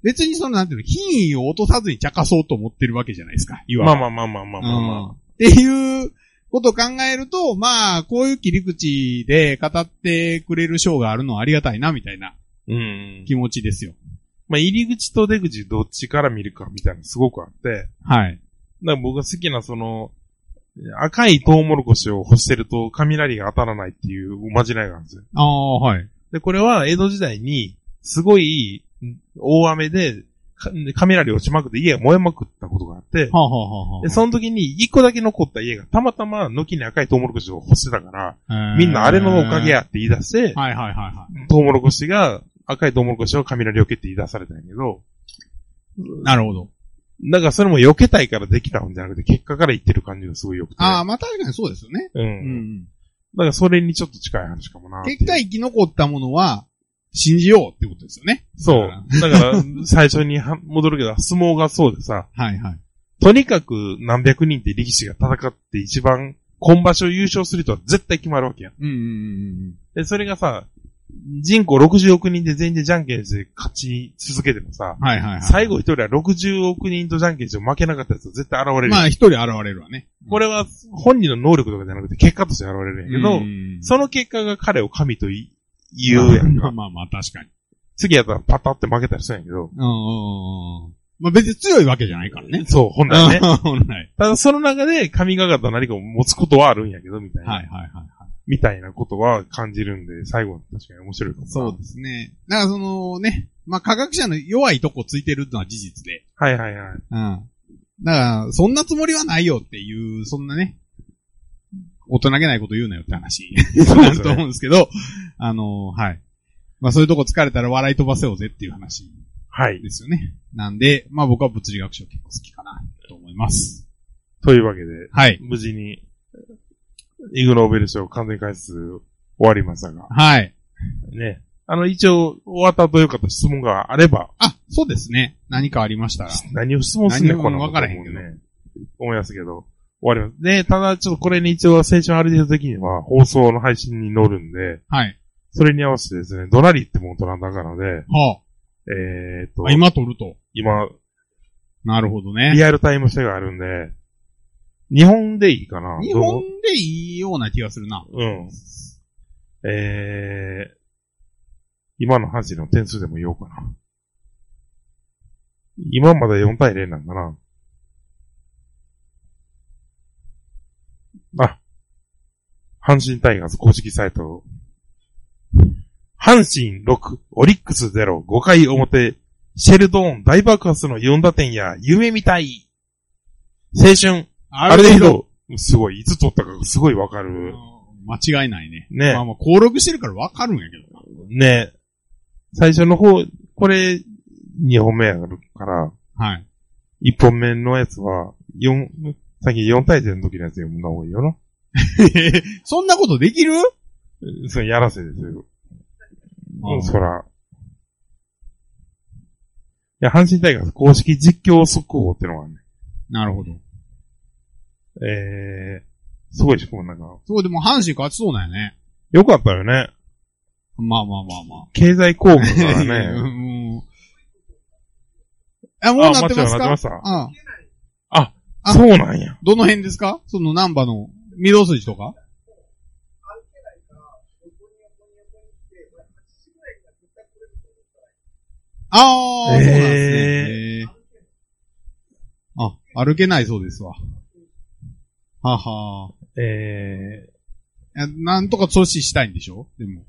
[SPEAKER 3] 別にその、なんていうの、品位を落とさずに茶化そうと思ってるわけじゃないですか、いわ
[SPEAKER 2] まあ
[SPEAKER 3] ば
[SPEAKER 2] まあまあまあまあまあまあ。
[SPEAKER 3] うんっていうことを考えると、まあ、こういう切り口で語ってくれる賞があるのはありがたいな、みたいな
[SPEAKER 2] うん。
[SPEAKER 3] 気持ちですよ。
[SPEAKER 2] まあ、入り口と出口どっちから見るかみたいなのすごくあって、だか
[SPEAKER 3] はい。
[SPEAKER 2] ら僕が好きなその、赤いトウモロコシを干してると雷が当たらないっていうおまじないがあるんですよ。
[SPEAKER 3] ああ、はい。
[SPEAKER 2] で、これは江戸時代に、すごい大雨で、か雷落ちまくって家が燃えまくったことがあって、
[SPEAKER 3] はあ、はあはあはあ、
[SPEAKER 2] で、その時に一個だけ残った家がたまたま軒に赤いトウモロコシを干してたから、
[SPEAKER 3] えー
[SPEAKER 2] みんなあれのおかげ。やって言い出して、
[SPEAKER 3] はいはいはいは
[SPEAKER 2] トウモロコシが、赤いトウモロコシを雷を避けって言い出されたんやけど、
[SPEAKER 3] い。なるほど。
[SPEAKER 2] だからそれも避けたいからできたんじゃなくて、結果から言ってる感じがすごい良くて。
[SPEAKER 3] ああ、まあ確かにそうですよね。
[SPEAKER 2] うん。
[SPEAKER 3] うんうん。
[SPEAKER 2] だからそれにちょっと近い話かもなっていう。
[SPEAKER 3] 結果生き残ったものは、信じようってことですよね。
[SPEAKER 2] そう。だから、最初には戻るけど、相撲がそうでさ、
[SPEAKER 3] はいはい。
[SPEAKER 2] とにかく何百人って力士が戦って一番、今場所優勝する人は絶対決まるわけやん。
[SPEAKER 3] うんうんうんうん。
[SPEAKER 2] で、それがさ、人口60億人で全員でじゃんけんして勝ち続けてもさ、
[SPEAKER 3] はいはいはい。
[SPEAKER 2] 最後一人は60億人とじゃんけんして負けなかったやつは絶対現れる。
[SPEAKER 3] まあ一人現れるわね。
[SPEAKER 2] これは本人の能力とかじゃなくて結果として現れるんやけど、
[SPEAKER 3] うん
[SPEAKER 2] その結果が彼を神とい言うやん
[SPEAKER 3] まあ
[SPEAKER 2] か。
[SPEAKER 3] まあまあ確かに。
[SPEAKER 2] 次やったらパタって負けたりするんやけど、
[SPEAKER 3] うんうんうんうん。まあ別に強いわけじゃないからね。
[SPEAKER 2] そう、本来ね。
[SPEAKER 3] うん (laughs) 本来。
[SPEAKER 2] ただその中で神がかった何かを持つことはあるんやけど、みたいな。
[SPEAKER 3] はいはいはいはい。
[SPEAKER 2] みたいなことは感じるんで、最後は確かに面白いかもな。
[SPEAKER 3] そうですね。だからそのね、まあ科学者の弱いとこついてるのは事実で。
[SPEAKER 2] はいはいはい。
[SPEAKER 3] うん。だから、そんなつもりはないよっていう、そんなね、大人げないこと言うなよって話
[SPEAKER 2] (laughs) そう
[SPEAKER 3] な
[SPEAKER 2] で
[SPEAKER 3] る
[SPEAKER 2] す
[SPEAKER 3] と
[SPEAKER 2] ね。
[SPEAKER 3] 思うんですけど、あのはい。まあそういうとこ疲れたら笑い飛ばせようぜっていう話
[SPEAKER 2] はい。
[SPEAKER 3] ですよね。なんで、まあ僕は物理学賞結構好きかな、と思います。
[SPEAKER 2] というわけで、
[SPEAKER 3] はい。
[SPEAKER 2] 無事に、イグノーベル賞完全回数終わりましたが、
[SPEAKER 3] はい。
[SPEAKER 2] ね。あの、一応、終わったというかと質問があれば、
[SPEAKER 3] あ、そうですね。何かありましたら。
[SPEAKER 2] (laughs) 何を質問すんねん、
[SPEAKER 3] 何も
[SPEAKER 2] こんなこと
[SPEAKER 3] わからへんけど
[SPEAKER 2] ね。思いますけど。終わります。で、ただ、ちょっとこれに一応、青春ある程度的には、放送の配信に乗るんで、
[SPEAKER 3] はい。
[SPEAKER 2] それに合わせてですね、ドラリってもん取らんだからで、
[SPEAKER 3] は
[SPEAKER 2] えー、っ
[SPEAKER 3] あ
[SPEAKER 2] と、
[SPEAKER 3] あ。今撮ると。
[SPEAKER 2] 今、
[SPEAKER 3] なるほどね。
[SPEAKER 2] リアルタイムしてがあるんで、日本でいいかな
[SPEAKER 3] 日
[SPEAKER 2] ど
[SPEAKER 3] 本
[SPEAKER 2] う
[SPEAKER 3] でいいような気がするな。
[SPEAKER 2] うん。えー、今の話の点数でも言おうかな。今まだ4対0なんだな。あ、阪神タイガース公式サイト。阪神6、オリックス0、5回表、シェルドーン大爆発の4打点や、夢みたい。青春、
[SPEAKER 3] あ
[SPEAKER 2] あれで
[SPEAKER 3] け
[SPEAKER 2] ひ
[SPEAKER 3] ど
[SPEAKER 2] どい。すごい、いつ取ったかすごいわかる。
[SPEAKER 3] 間違いないね。
[SPEAKER 2] ね
[SPEAKER 3] まあまあ、登録してるからわかるんやけどな。
[SPEAKER 2] ね、最初の方、これ、2本目やから、
[SPEAKER 3] はい。
[SPEAKER 2] 1本目のやつは、4、さっき4対0の時のやつ読んだ方がいいよな。
[SPEAKER 3] (laughs) そんなことできる
[SPEAKER 2] それやらせですよ。うん、そら。いや、阪神タイガース公式実況速報ってのがね、
[SPEAKER 3] なるほど。
[SPEAKER 2] えー、すごいし、こうなんか、
[SPEAKER 3] そう、でも阪神勝ちそうなんやね。
[SPEAKER 2] よかったよね。
[SPEAKER 3] まあまあまあまあ。
[SPEAKER 2] 経済効果が (laughs)
[SPEAKER 3] (laughs) う
[SPEAKER 2] ね。
[SPEAKER 3] んあ、もうなってます
[SPEAKER 2] あなって
[SPEAKER 3] か
[SPEAKER 2] ました
[SPEAKER 3] うん。あ
[SPEAKER 2] そうなんや。
[SPEAKER 3] どの辺ですかそのナンバの、御堂筋とかああ、そうなんですね。えーあ、歩けないそうですわ。はは
[SPEAKER 2] え
[SPEAKER 3] いやなんとか阻止したいんでしょでも。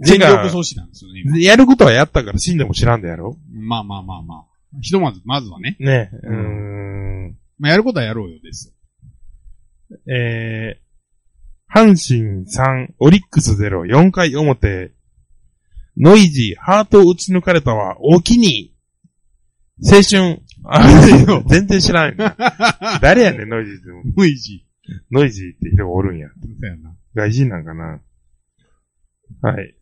[SPEAKER 2] ー、
[SPEAKER 3] 全力
[SPEAKER 2] てか
[SPEAKER 3] 阻止なんですよね、今
[SPEAKER 2] やることはやったから死んでも知らんでやろ
[SPEAKER 3] まあまあまあまあ。ひとまず、まずはね。
[SPEAKER 2] ね。うー。
[SPEAKER 3] うんまあ、やることはやろうよですよ。
[SPEAKER 2] えー、阪神3、オリックス0、4回表、ノイジー、ハートを打ち抜かれたは、おきに、青春、あ
[SPEAKER 3] よ、
[SPEAKER 2] 全然知らん。誰やねん、ノイジーって。
[SPEAKER 3] (laughs) 無意地。
[SPEAKER 2] ノイジーって人がおるんや。
[SPEAKER 3] そうやな。
[SPEAKER 2] 外人なんかな。はい。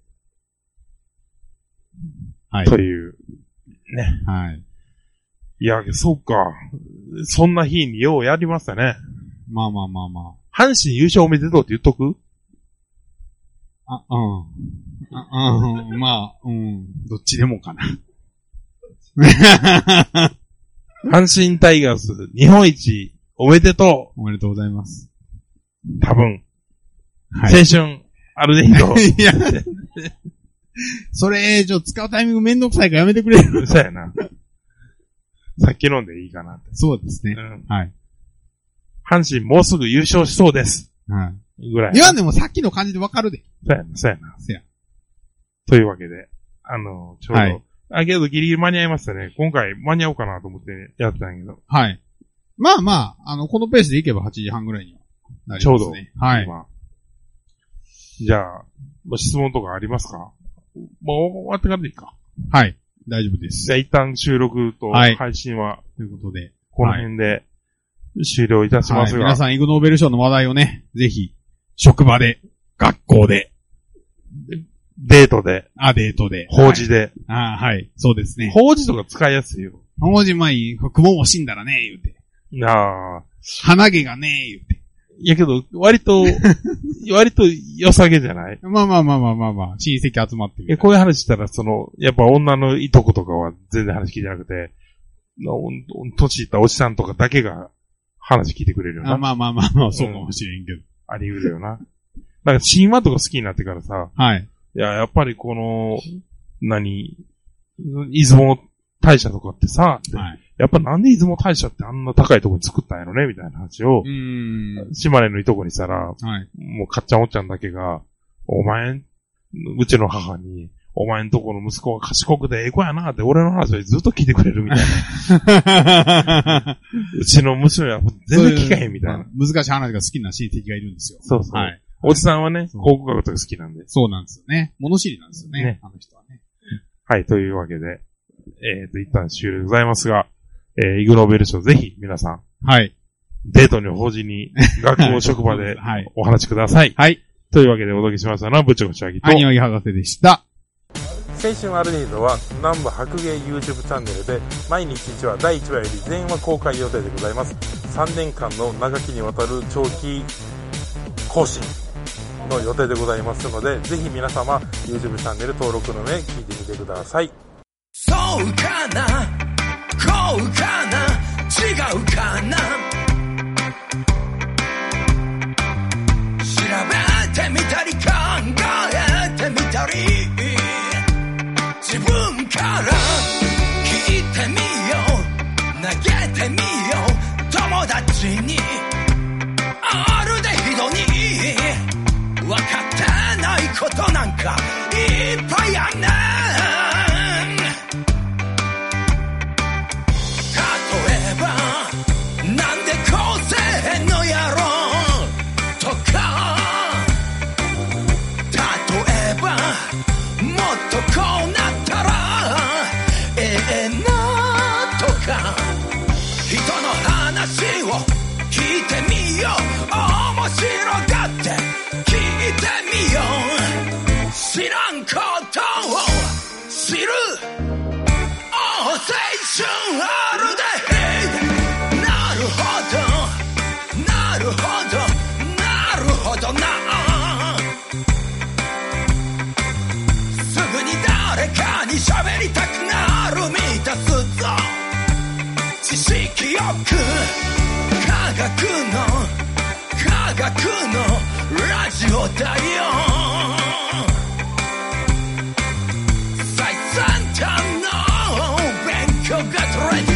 [SPEAKER 3] はい。
[SPEAKER 2] という。
[SPEAKER 3] はい。
[SPEAKER 2] いや、そうか。そんな日にようやりましたね。
[SPEAKER 3] まあまあまあまあ。
[SPEAKER 2] 阪神優勝おめでとうって言っとく
[SPEAKER 3] あ、うん。あ、うん。まあ、うん。どっちでもかな。 (laughs)
[SPEAKER 2] 阪神タイガース日本一おめでと
[SPEAKER 3] おめでとうございます。
[SPEAKER 2] う多分。
[SPEAKER 3] はい。
[SPEAKER 2] 青春、アルデヒ
[SPEAKER 3] (laughs)
[SPEAKER 2] ド。
[SPEAKER 3] いや、それ、ちょ、使うタイミングめんどくさいからやめてくれる。
[SPEAKER 2] そうやな。酒飲んでいいかなって。
[SPEAKER 3] そうです
[SPEAKER 2] う。
[SPEAKER 3] ね
[SPEAKER 2] ん。
[SPEAKER 3] はい。
[SPEAKER 2] 阪神もうすぐ優勝しそうです。
[SPEAKER 3] は
[SPEAKER 2] ぐらい。
[SPEAKER 3] い。言わんでもさっきの感じでわかるで。
[SPEAKER 2] そうやな、そうやな。
[SPEAKER 3] せや。
[SPEAKER 2] というわけで、あの、ちょうど。
[SPEAKER 3] はい
[SPEAKER 2] あ、けどギリギリ間に合いましたね。今回間に合おうかなと思ってやってたんやけど。
[SPEAKER 3] はい。まあまあ、あの、このペースでいけば8時半ぐらいにはなり
[SPEAKER 2] ちょ
[SPEAKER 3] ま
[SPEAKER 2] う
[SPEAKER 3] す
[SPEAKER 2] ど。
[SPEAKER 3] ね。はい。
[SPEAKER 2] 今じゃあ、まあ質問とかありますかもう終わってからでいいか。
[SPEAKER 3] はい。大丈夫です。
[SPEAKER 2] じゃあ一旦収録と
[SPEAKER 3] はい
[SPEAKER 2] 配信は、
[SPEAKER 3] ということで。
[SPEAKER 2] この辺で終了いたしま
[SPEAKER 3] はい、
[SPEAKER 2] すが。
[SPEAKER 3] 皆さん、イグノーベル賞の話題をね、ぜひ、職場で、学校で、
[SPEAKER 2] デートで、
[SPEAKER 3] アデートで。
[SPEAKER 2] 法事で。
[SPEAKER 3] はい。あーはい。そうですね。
[SPEAKER 2] 法事とか使いやすいよ。
[SPEAKER 3] 法事前に、雲も死んだらね、言うて。
[SPEAKER 2] なあ。
[SPEAKER 3] 鼻毛がね、言うて。
[SPEAKER 2] いやけど、割
[SPEAKER 3] (laughs)
[SPEAKER 2] と、割と良さげじゃない
[SPEAKER 3] まあまあまあまあまあまあ、親戚集まってみ
[SPEAKER 2] え
[SPEAKER 3] る。
[SPEAKER 2] こういう話したら、その、やっぱ女のいとことかは全然話聞いてなくて、なおん年いったおじさんとかだけが話聞いてくれるよな。
[SPEAKER 3] あまあまあまあまあ、そうかもしれんけど。
[SPEAKER 2] あり得るよな。なんか神話とか好きになってからさ、
[SPEAKER 3] はい。
[SPEAKER 2] いや、やっぱりこの、何、出雲大社とかってさ、
[SPEAKER 3] はい。
[SPEAKER 2] やっぱなんで出雲大社ってあんな高いとこに作ったんやろねみたいな話を
[SPEAKER 3] う、ーん。
[SPEAKER 2] 島根のいとこにしたら、 (laughs)
[SPEAKER 3] はい。
[SPEAKER 2] もうかっちゃんおっちゃんだけが、お前ん、うちの母に、お前んとこの息子は賢くてええ子やなって俺の話をずっと聞いてくれるみたい
[SPEAKER 3] (laughs)
[SPEAKER 2] な。うちの娘は全然聞かへんみたい
[SPEAKER 3] ま
[SPEAKER 2] な
[SPEAKER 3] あ。難しい話が好きな親戚がいるんですよ。
[SPEAKER 2] そうそう。
[SPEAKER 3] はい。
[SPEAKER 2] おじさんはね、
[SPEAKER 3] そう
[SPEAKER 2] 考古学とか好きなんで。
[SPEAKER 3] そうなんですよね。物知りなんですよね。
[SPEAKER 2] ね
[SPEAKER 3] あの人はね。
[SPEAKER 2] はい、というわけで、えっ、と、一旦終了でございますが、えー、イグノーベル賞ぜひ皆さん、
[SPEAKER 3] (laughs) はい。
[SPEAKER 2] デートに応じに、学校職場
[SPEAKER 3] (laughs)
[SPEAKER 2] で
[SPEAKER 3] はい。
[SPEAKER 2] お話しください。
[SPEAKER 3] はい。
[SPEAKER 2] というわけでお届けしましたのは、部長仕上げと、
[SPEAKER 3] 兄はぎ博士でした。
[SPEAKER 4] 青春アルディードは南部白芸 YouTube チャンネルで毎日1話第1話より全話公開予定でございます3年間の長きにわたる長期更新の予定でございますのでぜひ皆様 YouTube チャンネル登録の上聞いてみてください
[SPEAKER 1] そうかなこうかな違うかな調べてみたり考えてみたり自分から聞いてみよう投げてみよう友達にあるでひどに分かってないことなんかいっぱいあんねん例えばなんでこうせえんのやろとか例えばもっとこうなったらええなとか人の話を聞いてみよう面白がって聞いてみよう知らんことを知る青春あるでなるほどなるほどなるほどなすぐに誰かに喋りたくなる満たすぞ知識よく科学の科学のラジオだよ最先端の勉強が取れて